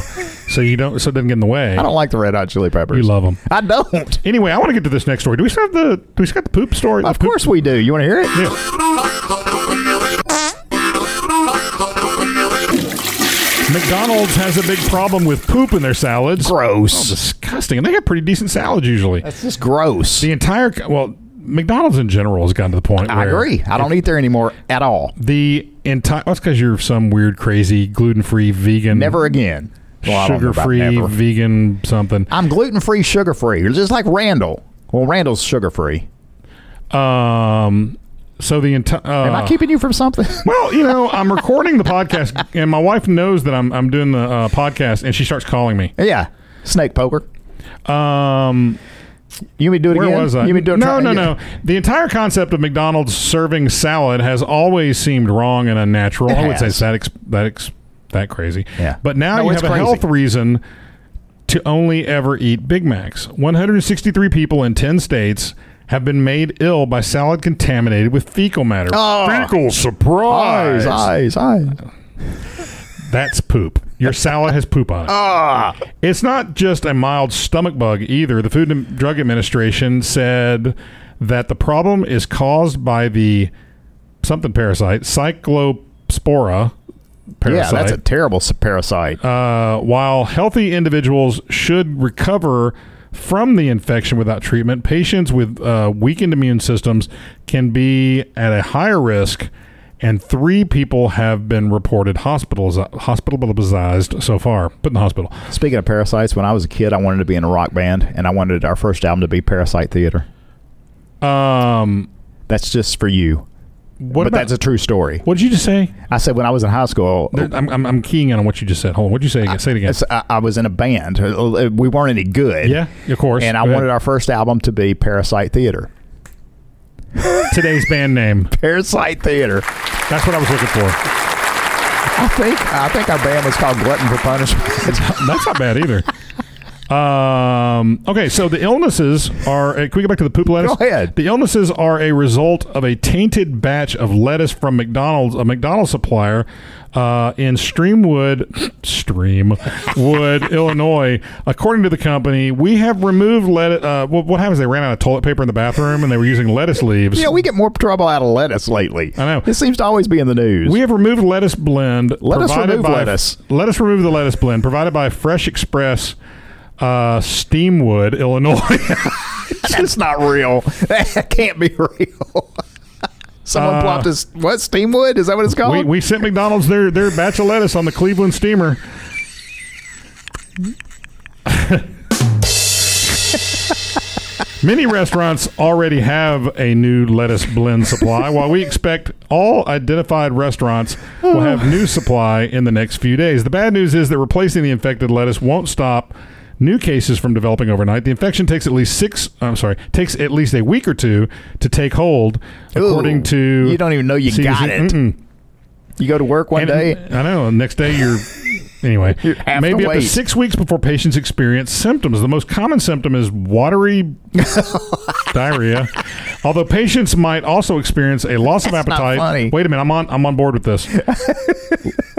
[SPEAKER 5] so you don't, so it doesn't get in the way.
[SPEAKER 6] I don't like the Red Hot Chili Peppers.
[SPEAKER 5] You love 'em.
[SPEAKER 6] I don't.
[SPEAKER 5] Anyway, I want to get to this next story. Do we still have the, do we still got the poop story?
[SPEAKER 6] Of
[SPEAKER 5] The poop-
[SPEAKER 6] course we do. You want to hear it?
[SPEAKER 5] McDonald's has a big problem with poop in their salads. Oh,
[SPEAKER 6] Gross.
[SPEAKER 5] Disgusting. And they have pretty decent salads usually.
[SPEAKER 6] That's just gross.
[SPEAKER 5] the entire, well, McDonald's in general has gotten to the point
[SPEAKER 6] I
[SPEAKER 5] where
[SPEAKER 6] agree. I don't eat there anymore at all.
[SPEAKER 5] the entire, that's because you're some weird, crazy, gluten free, vegan.
[SPEAKER 6] Never again. Well, I don't know
[SPEAKER 5] sugar
[SPEAKER 6] about
[SPEAKER 5] free,
[SPEAKER 6] never.
[SPEAKER 5] vegan something.
[SPEAKER 6] I'm gluten free, sugar free. You're just like Randall. Well, Randall's sugar free.
[SPEAKER 5] Um, so the entire.
[SPEAKER 6] Am I keeping you from something?
[SPEAKER 5] well, you know, I'm recording the podcast, and my wife knows that I'm I'm doing the uh, podcast, and she starts calling me.
[SPEAKER 6] yeah. Snake poker.
[SPEAKER 5] Um,
[SPEAKER 6] You mean do it
[SPEAKER 5] where
[SPEAKER 6] again?
[SPEAKER 5] was I?
[SPEAKER 6] You mean do it
[SPEAKER 5] no,
[SPEAKER 6] try-
[SPEAKER 5] no, no. The entire concept of McDonald's serving salad has always seemed wrong and unnatural.
[SPEAKER 6] It
[SPEAKER 5] I would say
[SPEAKER 6] has.
[SPEAKER 5] it's that ex- that ex- that crazy.
[SPEAKER 6] Yeah.
[SPEAKER 5] But now
[SPEAKER 6] No,
[SPEAKER 5] you
[SPEAKER 6] it's
[SPEAKER 5] have a
[SPEAKER 6] crazy.
[SPEAKER 5] health reason to only ever eat Big Macs. 163 people in 10 states have been made ill by salad contaminated with fecal matter.
[SPEAKER 6] Oh.
[SPEAKER 5] fecal
[SPEAKER 6] Eyes,
[SPEAKER 5] surprise.
[SPEAKER 6] eyes, eyes.
[SPEAKER 5] That's poop. Your salad has poop on it.
[SPEAKER 6] Ah.
[SPEAKER 5] It's not just a mild stomach bug either. The Food and Drug Administration said that the problem is caused by the something parasite, Cyclospora
[SPEAKER 6] Yeah,
[SPEAKER 5] parasite.
[SPEAKER 6] that's a terrible s- parasite.
[SPEAKER 5] Uh, while healthy individuals should recover from the infection without treatment, patients with uh, weakened immune systems can be at a higher risk, and three people have been reported hospitaliz- hospitalized so far, put in the hospital.
[SPEAKER 6] Speaking of parasites, when I was a kid, I wanted to be in a rock band, and I wanted our first album to be Parasite Theater.
[SPEAKER 5] Um,
[SPEAKER 6] That's just for you,
[SPEAKER 5] what
[SPEAKER 6] but
[SPEAKER 5] about,
[SPEAKER 6] that's a true story.
[SPEAKER 5] what did you just say?
[SPEAKER 6] I said when I was in high school,
[SPEAKER 5] There- I'm, I'm, I'm keying in on what you just said. Hold on. What did you say? again? say it again.
[SPEAKER 6] It's- I, I was in a band. Uh, We weren't any good.
[SPEAKER 5] Yeah, of course.
[SPEAKER 6] And I
[SPEAKER 5] Go ahead.
[SPEAKER 6] wanted our first album to be Parasite Theater.
[SPEAKER 5] Today's band name.
[SPEAKER 6] Parasite Theater.
[SPEAKER 5] That's what I was looking for.
[SPEAKER 6] I think I think our band was called Glutton for Punishment.
[SPEAKER 5] That's not bad either. Um, okay, so the illnesses are. uh, Can we go back to the poop lettuce?
[SPEAKER 6] Go ahead.
[SPEAKER 5] The illnesses are a result of a tainted batch of lettuce from McDonald's, a McDonald's supplier uh, in Streamwood, Streamwood, Illinois. According to the company, we have removed lettuce. Uh, what, what happens? They ran out of toilet paper in the bathroom, and they were using lettuce leaves.
[SPEAKER 6] you know, we get more trouble out of lettuce lately.
[SPEAKER 5] I know.
[SPEAKER 6] It seems to always be in the news.
[SPEAKER 5] We have removed lettuce blend.
[SPEAKER 6] Let us
[SPEAKER 5] provided
[SPEAKER 6] remove
[SPEAKER 5] by,
[SPEAKER 6] lettuce.
[SPEAKER 5] Let us remove the lettuce blend provided by Fresh Express, uh, Steamwood, Illinois.
[SPEAKER 6] That's not real. That can't be real. Someone
[SPEAKER 5] Uh,
[SPEAKER 6] plopped his what Steamwood? Is that what it's called?
[SPEAKER 5] we, we sent McDonald's their their batch of lettuce on the Cleveland steamer. Many restaurants already have a new lettuce blend supply, while we expect all identified restaurants will have new supply in the next few days. The bad news is that replacing the infected lettuce won't stop new cases from developing overnight. The infection takes at least six I'm sorry, takes at least a week or two to take hold,
[SPEAKER 6] Ooh,
[SPEAKER 5] according to
[SPEAKER 6] you don't even know you got it.
[SPEAKER 5] Mm-mm.
[SPEAKER 6] you go to work one day.
[SPEAKER 5] And- I know. Next day, you're. Anyway,
[SPEAKER 6] You have
[SPEAKER 5] maybe
[SPEAKER 6] to
[SPEAKER 5] up to
[SPEAKER 6] wait.
[SPEAKER 5] six weeks before patients experience symptoms. The most common symptom is watery diarrhea. Although patients might also experience a loss of
[SPEAKER 6] not
[SPEAKER 5] appetite.
[SPEAKER 6] funny.
[SPEAKER 5] Wait a minute, I'm on. I'm on board with this.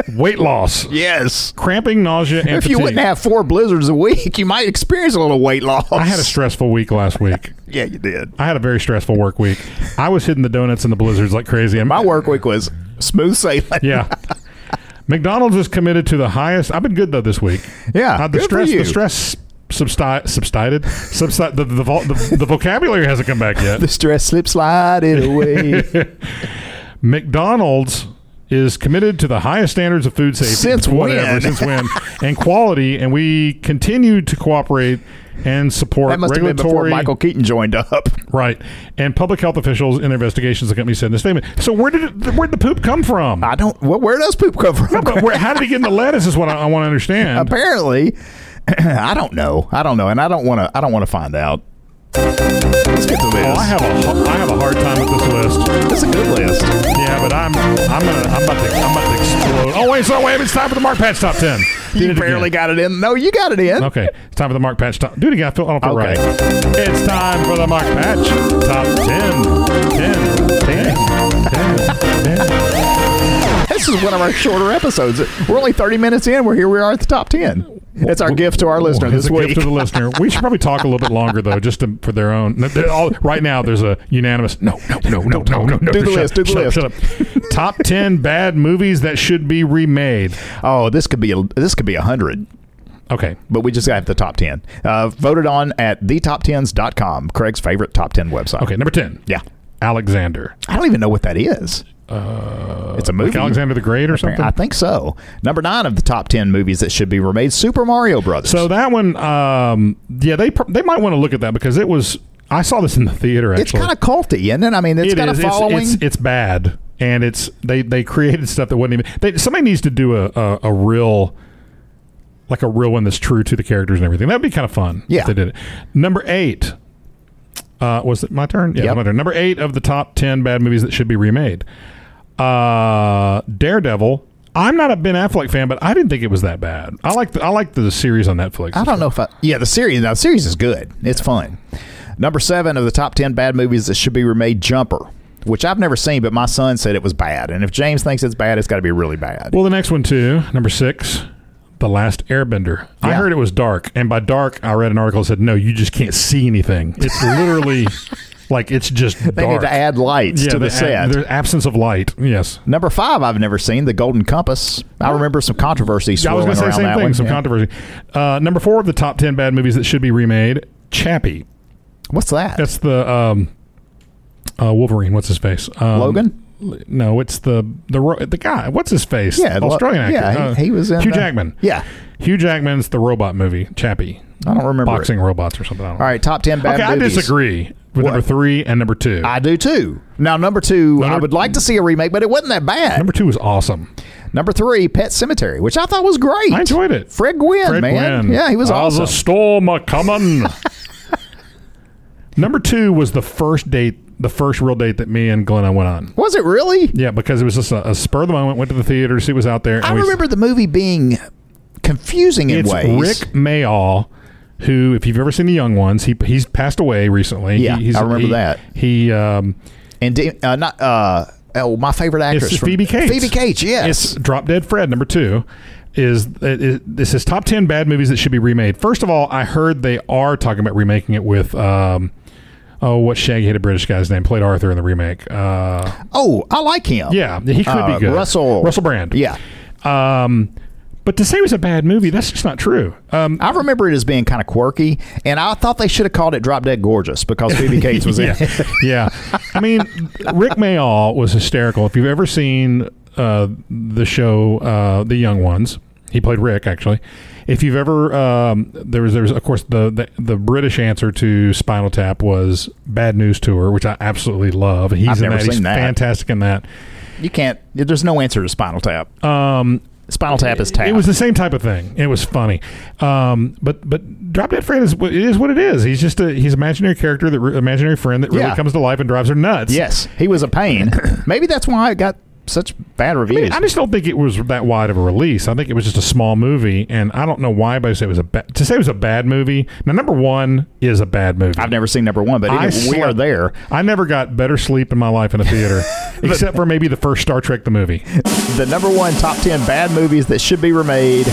[SPEAKER 5] Weight loss,
[SPEAKER 6] yes.
[SPEAKER 5] cramping, nausea, and
[SPEAKER 6] If
[SPEAKER 5] fatigue.
[SPEAKER 6] you wouldn't have four blizzards a week, you might experience a little weight loss.
[SPEAKER 5] I had a stressful week last week.
[SPEAKER 6] yeah, you did.
[SPEAKER 5] I had a very stressful work week. I was hitting the donuts and the blizzards like crazy. And
[SPEAKER 6] My work week was smooth sailing.
[SPEAKER 5] Yeah. McDonald's is committed to the highest. I've been good though this week.
[SPEAKER 6] Yeah,
[SPEAKER 5] Uh, the
[SPEAKER 6] good for
[SPEAKER 5] stress.
[SPEAKER 6] you.
[SPEAKER 5] The stress subside subsided. Subside. The the, vol- the the vocabulary hasn't come back yet.
[SPEAKER 6] The stress slip slided away.
[SPEAKER 5] McDonald's is committed to the highest standards of food safety.
[SPEAKER 6] Since
[SPEAKER 5] whatever,
[SPEAKER 6] when?
[SPEAKER 5] since when, and quality, and we continue to cooperate and support
[SPEAKER 6] that must have been before
[SPEAKER 5] regulatory
[SPEAKER 6] Michael Keaton joined up.
[SPEAKER 5] right and public health officials in their investigations. The company said in the statement. So where did it, where'd the poop come from?
[SPEAKER 6] I don't. Well, where does poop come from?
[SPEAKER 5] But where, how did it get in the lettuce? Is what I, I want to understand.
[SPEAKER 6] Apparently, I don't know. I don't know, and I don't want to. I don't want to find out. Let's get to this.
[SPEAKER 5] Oh, I have a I have a hard time with this list.
[SPEAKER 6] It's a good list.
[SPEAKER 5] Yeah, but I'm I'm gonna I'm about to I'm about to explode. Oh wait, so wait, it's time for the Mark Patch Top Ten. Did
[SPEAKER 6] You
[SPEAKER 5] it
[SPEAKER 6] barely
[SPEAKER 5] again.
[SPEAKER 6] got it in. No, you got it in.
[SPEAKER 5] Okay, it's time for the Mark Patch Top. Do it again. I, feel, I don't feel
[SPEAKER 6] Okay.
[SPEAKER 5] right. It's time for the Mark Patch Top 10. 10. 10. 10. 10.
[SPEAKER 6] This is one of our shorter episodes. We're only 30 minutes in. We're here. We are at the top 10. It's our gift to our listener
[SPEAKER 5] It's
[SPEAKER 6] this
[SPEAKER 5] a
[SPEAKER 6] week.
[SPEAKER 5] gift to the listener. We should probably talk a little bit longer though, just to, for their own. no, they're all- right now, there's a unanimous no, no, no, no, no, no. no
[SPEAKER 6] Do the
[SPEAKER 5] shut
[SPEAKER 6] list,
[SPEAKER 5] up,
[SPEAKER 6] do the
[SPEAKER 5] shut up, shut up. Top ten bad movies that should be remade.
[SPEAKER 6] Oh, this could be a, this could be a hundred,
[SPEAKER 5] Okay,
[SPEAKER 6] but we just got the top ten. Uh, voted on at thetop10s.com, Craig's favorite top ten website.
[SPEAKER 5] okay, number ten.
[SPEAKER 6] Yeah,
[SPEAKER 5] Alexander.
[SPEAKER 6] I don't even know what that is. it's a movie.
[SPEAKER 5] Like Uh, Alexander the Great or something?
[SPEAKER 6] I think so. Number nine of the top ten movies that should be remade: Super Mario Brothers.
[SPEAKER 5] so that one, um, yeah, they pr- they might want to look at that because it was. I saw this in the theater. Actually,
[SPEAKER 6] it's kind of culty, isn't it? I mean, it's
[SPEAKER 5] It
[SPEAKER 6] got
[SPEAKER 5] is.
[SPEAKER 6] a
[SPEAKER 5] It's-
[SPEAKER 6] following.
[SPEAKER 5] It's, it's, bad, and it's they they created stuff that wasn't even. They, somebody needs to do a, a a real, like a real one that's true to the characters and everything. That'd be kind of fun.
[SPEAKER 6] Yeah.
[SPEAKER 5] if they did it. Number eight. Uh, was it my turn? Yeah,
[SPEAKER 6] Yep.
[SPEAKER 5] my turn. Number eight of the top ten bad movies that should be remade. Uh, Daredevil. I'm not a Ben Affleck fan, but I didn't think it was that bad. I like the, I like the series on Netflix.
[SPEAKER 6] I don't know if I. Yeah, the series. Now, the series is good. It's fun. Number seven of the top ten bad movies that should be remade: Jumper. which I've never seen, but my son said it was bad. And if James thinks it's bad, it's got to be really bad.
[SPEAKER 5] Well, the next one too, number six, the last Airbender. I
[SPEAKER 6] Yeah.
[SPEAKER 5] heard it was dark, and by dark, I read an article that said no, you just can't see anything. It's literally like it's just
[SPEAKER 6] they
[SPEAKER 5] dark.
[SPEAKER 6] need to add lights
[SPEAKER 5] yeah,
[SPEAKER 6] to the
[SPEAKER 5] the
[SPEAKER 6] set.
[SPEAKER 5] ab- the absence of light. Yes.
[SPEAKER 6] Number five, I've never seen the Golden Compass. I remember some controversy
[SPEAKER 5] Yeah, I
[SPEAKER 6] swirling
[SPEAKER 5] was going to say the same
[SPEAKER 6] around that
[SPEAKER 5] thing.
[SPEAKER 6] one.
[SPEAKER 5] Some
[SPEAKER 6] Yeah.
[SPEAKER 5] controversy. Uh, number four of the top ten bad movies that should be remade. Chappie.
[SPEAKER 6] What's that?
[SPEAKER 5] That's the um, uh, Wolverine. What's his face? Um,
[SPEAKER 6] Logan?
[SPEAKER 5] No, it's the the ro- the guy. What's his face?
[SPEAKER 6] Yeah, the-
[SPEAKER 5] Australian actor.
[SPEAKER 6] yeah, he-
[SPEAKER 5] Uh,
[SPEAKER 6] he was in
[SPEAKER 5] Hugh
[SPEAKER 6] the-
[SPEAKER 5] Jackman.
[SPEAKER 6] Yeah.
[SPEAKER 5] Hugh Jackman's the robot movie Chappie.
[SPEAKER 6] I don't remember.
[SPEAKER 5] Boxing
[SPEAKER 6] It.
[SPEAKER 5] robots or something. I don't
[SPEAKER 6] All right, top ten
[SPEAKER 5] know.
[SPEAKER 6] bad
[SPEAKER 5] okay, I
[SPEAKER 6] movies.
[SPEAKER 5] disagree with number three and number two.
[SPEAKER 6] I do too. Now, number two, I
[SPEAKER 5] Number-
[SPEAKER 6] would like to see a remake, but it wasn't that bad.
[SPEAKER 5] number two was awesome.
[SPEAKER 6] Number three, Pet Cemetery, which I thought was great.
[SPEAKER 5] I enjoyed it.
[SPEAKER 6] Fred Gwynn,
[SPEAKER 5] Fred
[SPEAKER 6] man.
[SPEAKER 5] Gwynn.
[SPEAKER 6] Yeah, he was
[SPEAKER 5] How's
[SPEAKER 6] awesome.
[SPEAKER 5] the storm a coming. number two was the first date, the first real date that me and Glenna went on.
[SPEAKER 6] was it really?
[SPEAKER 5] Yeah, because it was just a, a spur of the moment. Went to the theater, see what was out there. and
[SPEAKER 6] I
[SPEAKER 5] we-
[SPEAKER 6] remember the movie being confusing in
[SPEAKER 5] it's
[SPEAKER 6] ways.
[SPEAKER 5] Rick Mayall, who, if you've ever seen the young ones, he he's passed away recently.
[SPEAKER 6] Yeah,
[SPEAKER 5] he, he's,
[SPEAKER 6] I remember
[SPEAKER 5] he-
[SPEAKER 6] that.
[SPEAKER 5] He um,
[SPEAKER 6] and De- uh, not uh, oh, my favorite actress,
[SPEAKER 5] it's
[SPEAKER 6] from-
[SPEAKER 5] Phoebe Cates.
[SPEAKER 6] Phoebe Cates, yes.
[SPEAKER 5] It's Drop Dead Fred number two. Is it, it, this is top ten bad movies that should be remade? First of all, I heard they are talking about remaking it with um, oh, what shaggy-headed British guy's name played Arthur in the remake? Uh,
[SPEAKER 6] oh, I like him.
[SPEAKER 5] yeah, he could
[SPEAKER 6] Uh,
[SPEAKER 5] be good.
[SPEAKER 6] Russell
[SPEAKER 5] Russell Brand.
[SPEAKER 6] Yeah,
[SPEAKER 5] Um, but to say it was a bad movie, that's just not true. Um,
[SPEAKER 6] I remember it as being kind of quirky, and I thought they should have called it Drop Dead Gorgeous because Phoebe Cates was in
[SPEAKER 5] yeah.
[SPEAKER 6] it.
[SPEAKER 5] yeah. I mean, Rick Mayall was hysterical. If you've ever seen uh, the show uh, The Young Ones, he played Rick actually. If you've ever um, there was there was of course the, the the British answer to Spinal Tap was Bad News Tour, which I absolutely love. He's
[SPEAKER 6] I've
[SPEAKER 5] in
[SPEAKER 6] never
[SPEAKER 5] that. He's
[SPEAKER 6] seen that.
[SPEAKER 5] fantastic in that.
[SPEAKER 6] You can't. There's no answer to Spinal Tap.
[SPEAKER 5] Um,
[SPEAKER 6] Spinal Tap is tap.
[SPEAKER 5] it was the same type of thing. It was funny, um, but but Drop Dead Fred is what- it is what it is. He's just a he's an imaginary character that re- imaginary friend that really
[SPEAKER 6] Yeah.
[SPEAKER 5] comes to life and drives her nuts.
[SPEAKER 6] yes, he was a pain. Maybe that's why it got such bad
[SPEAKER 5] I,
[SPEAKER 6] reviews.
[SPEAKER 5] mean, I just don't think it was that wide of a release. I think it was just a small movie, and I don't know why, but I say it was a ba- to say it was a bad movie. Now, number one is a bad movie.
[SPEAKER 6] I've never seen number one, but
[SPEAKER 5] I
[SPEAKER 6] it, we are
[SPEAKER 5] slept-
[SPEAKER 6] there.
[SPEAKER 5] I never got better sleep in my life in a theater, except for maybe the first Star Trek the movie.
[SPEAKER 6] The number one top ten bad movies that should be remade.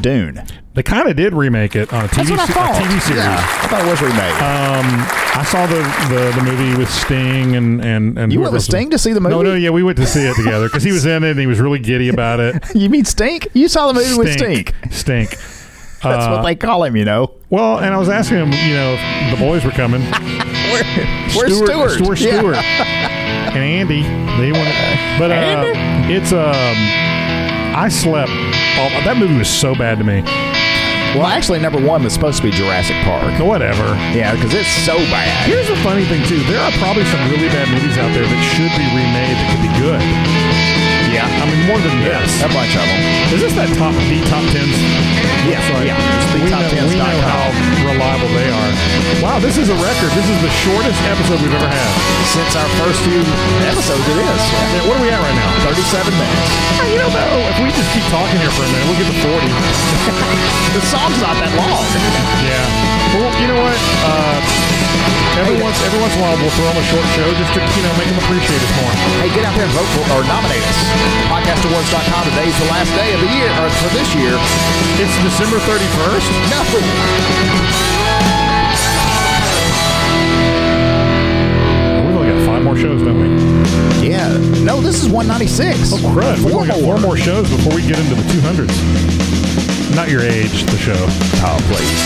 [SPEAKER 6] Dune.
[SPEAKER 5] They kind of did remake it on a TV,
[SPEAKER 6] That's what I
[SPEAKER 5] se- a
[SPEAKER 6] thought.
[SPEAKER 5] TV series. Uh,
[SPEAKER 6] Yeah, I thought it was remade.
[SPEAKER 5] I saw the, the, the movie with Sting and and and
[SPEAKER 6] You
[SPEAKER 5] whoever
[SPEAKER 6] went with
[SPEAKER 5] else was-
[SPEAKER 6] Sting to see the
[SPEAKER 5] No,
[SPEAKER 6] movie?
[SPEAKER 5] no, yeah, we went to see it together because he was in it and he was really giddy about it.
[SPEAKER 6] you mean Stink? You saw the movie with Stink.
[SPEAKER 5] stink. Uh,
[SPEAKER 6] That's what they call him, you know.
[SPEAKER 5] Well, and I was asking him, you know, if the boys were coming.
[SPEAKER 6] Where, where's Stewart?
[SPEAKER 5] Stuart,
[SPEAKER 6] Yeah.
[SPEAKER 5] Stewart. and Andy. They want to, but uh, it's um. I slept. All, that movie was so bad to me.
[SPEAKER 6] Well, actually, number one was supposed to be Jurassic Park.
[SPEAKER 5] Whatever.
[SPEAKER 6] Yeah, because it's so bad.
[SPEAKER 5] Here's the funny thing too. There are probably some really bad movies out there that should be remade that could be good.
[SPEAKER 6] Yeah,
[SPEAKER 5] I mean, more than this.
[SPEAKER 6] a bunch of them.
[SPEAKER 5] Is this that top the top tens?
[SPEAKER 6] Yeah,
[SPEAKER 5] Sorry.
[SPEAKER 6] yeah. It's the
[SPEAKER 5] we
[SPEAKER 6] top
[SPEAKER 5] know,
[SPEAKER 6] 10s
[SPEAKER 5] we know
[SPEAKER 6] dot com.
[SPEAKER 5] how reliable they are. Wow, this is a record. This is the shortest episode we've ever had.
[SPEAKER 6] Since our first few episodes, it is
[SPEAKER 5] Yeah, what are we at right now?
[SPEAKER 6] 37 minutes.
[SPEAKER 5] You know, though, if we just keep talking here for a minute, we'll get to 40.
[SPEAKER 6] The song's not that long.
[SPEAKER 5] Yeah. Well, you know what? Uh, every once every once in a while, we'll throw them a short show just to you know make them appreciate us more.
[SPEAKER 6] Hey, get out there and vote for or nominate us. PodcastAwards.com. Today's the last day of the year, or for this year.
[SPEAKER 5] It's December thirty first.
[SPEAKER 6] No.
[SPEAKER 5] We've only got five more shows, don't we?
[SPEAKER 6] Yeah. No, this is 196.
[SPEAKER 5] Oh, crud! We've
[SPEAKER 6] Four
[SPEAKER 5] only got
[SPEAKER 6] more.
[SPEAKER 5] four more shows before we get into the two hundreds. Not your age, the show.
[SPEAKER 6] Oh, please.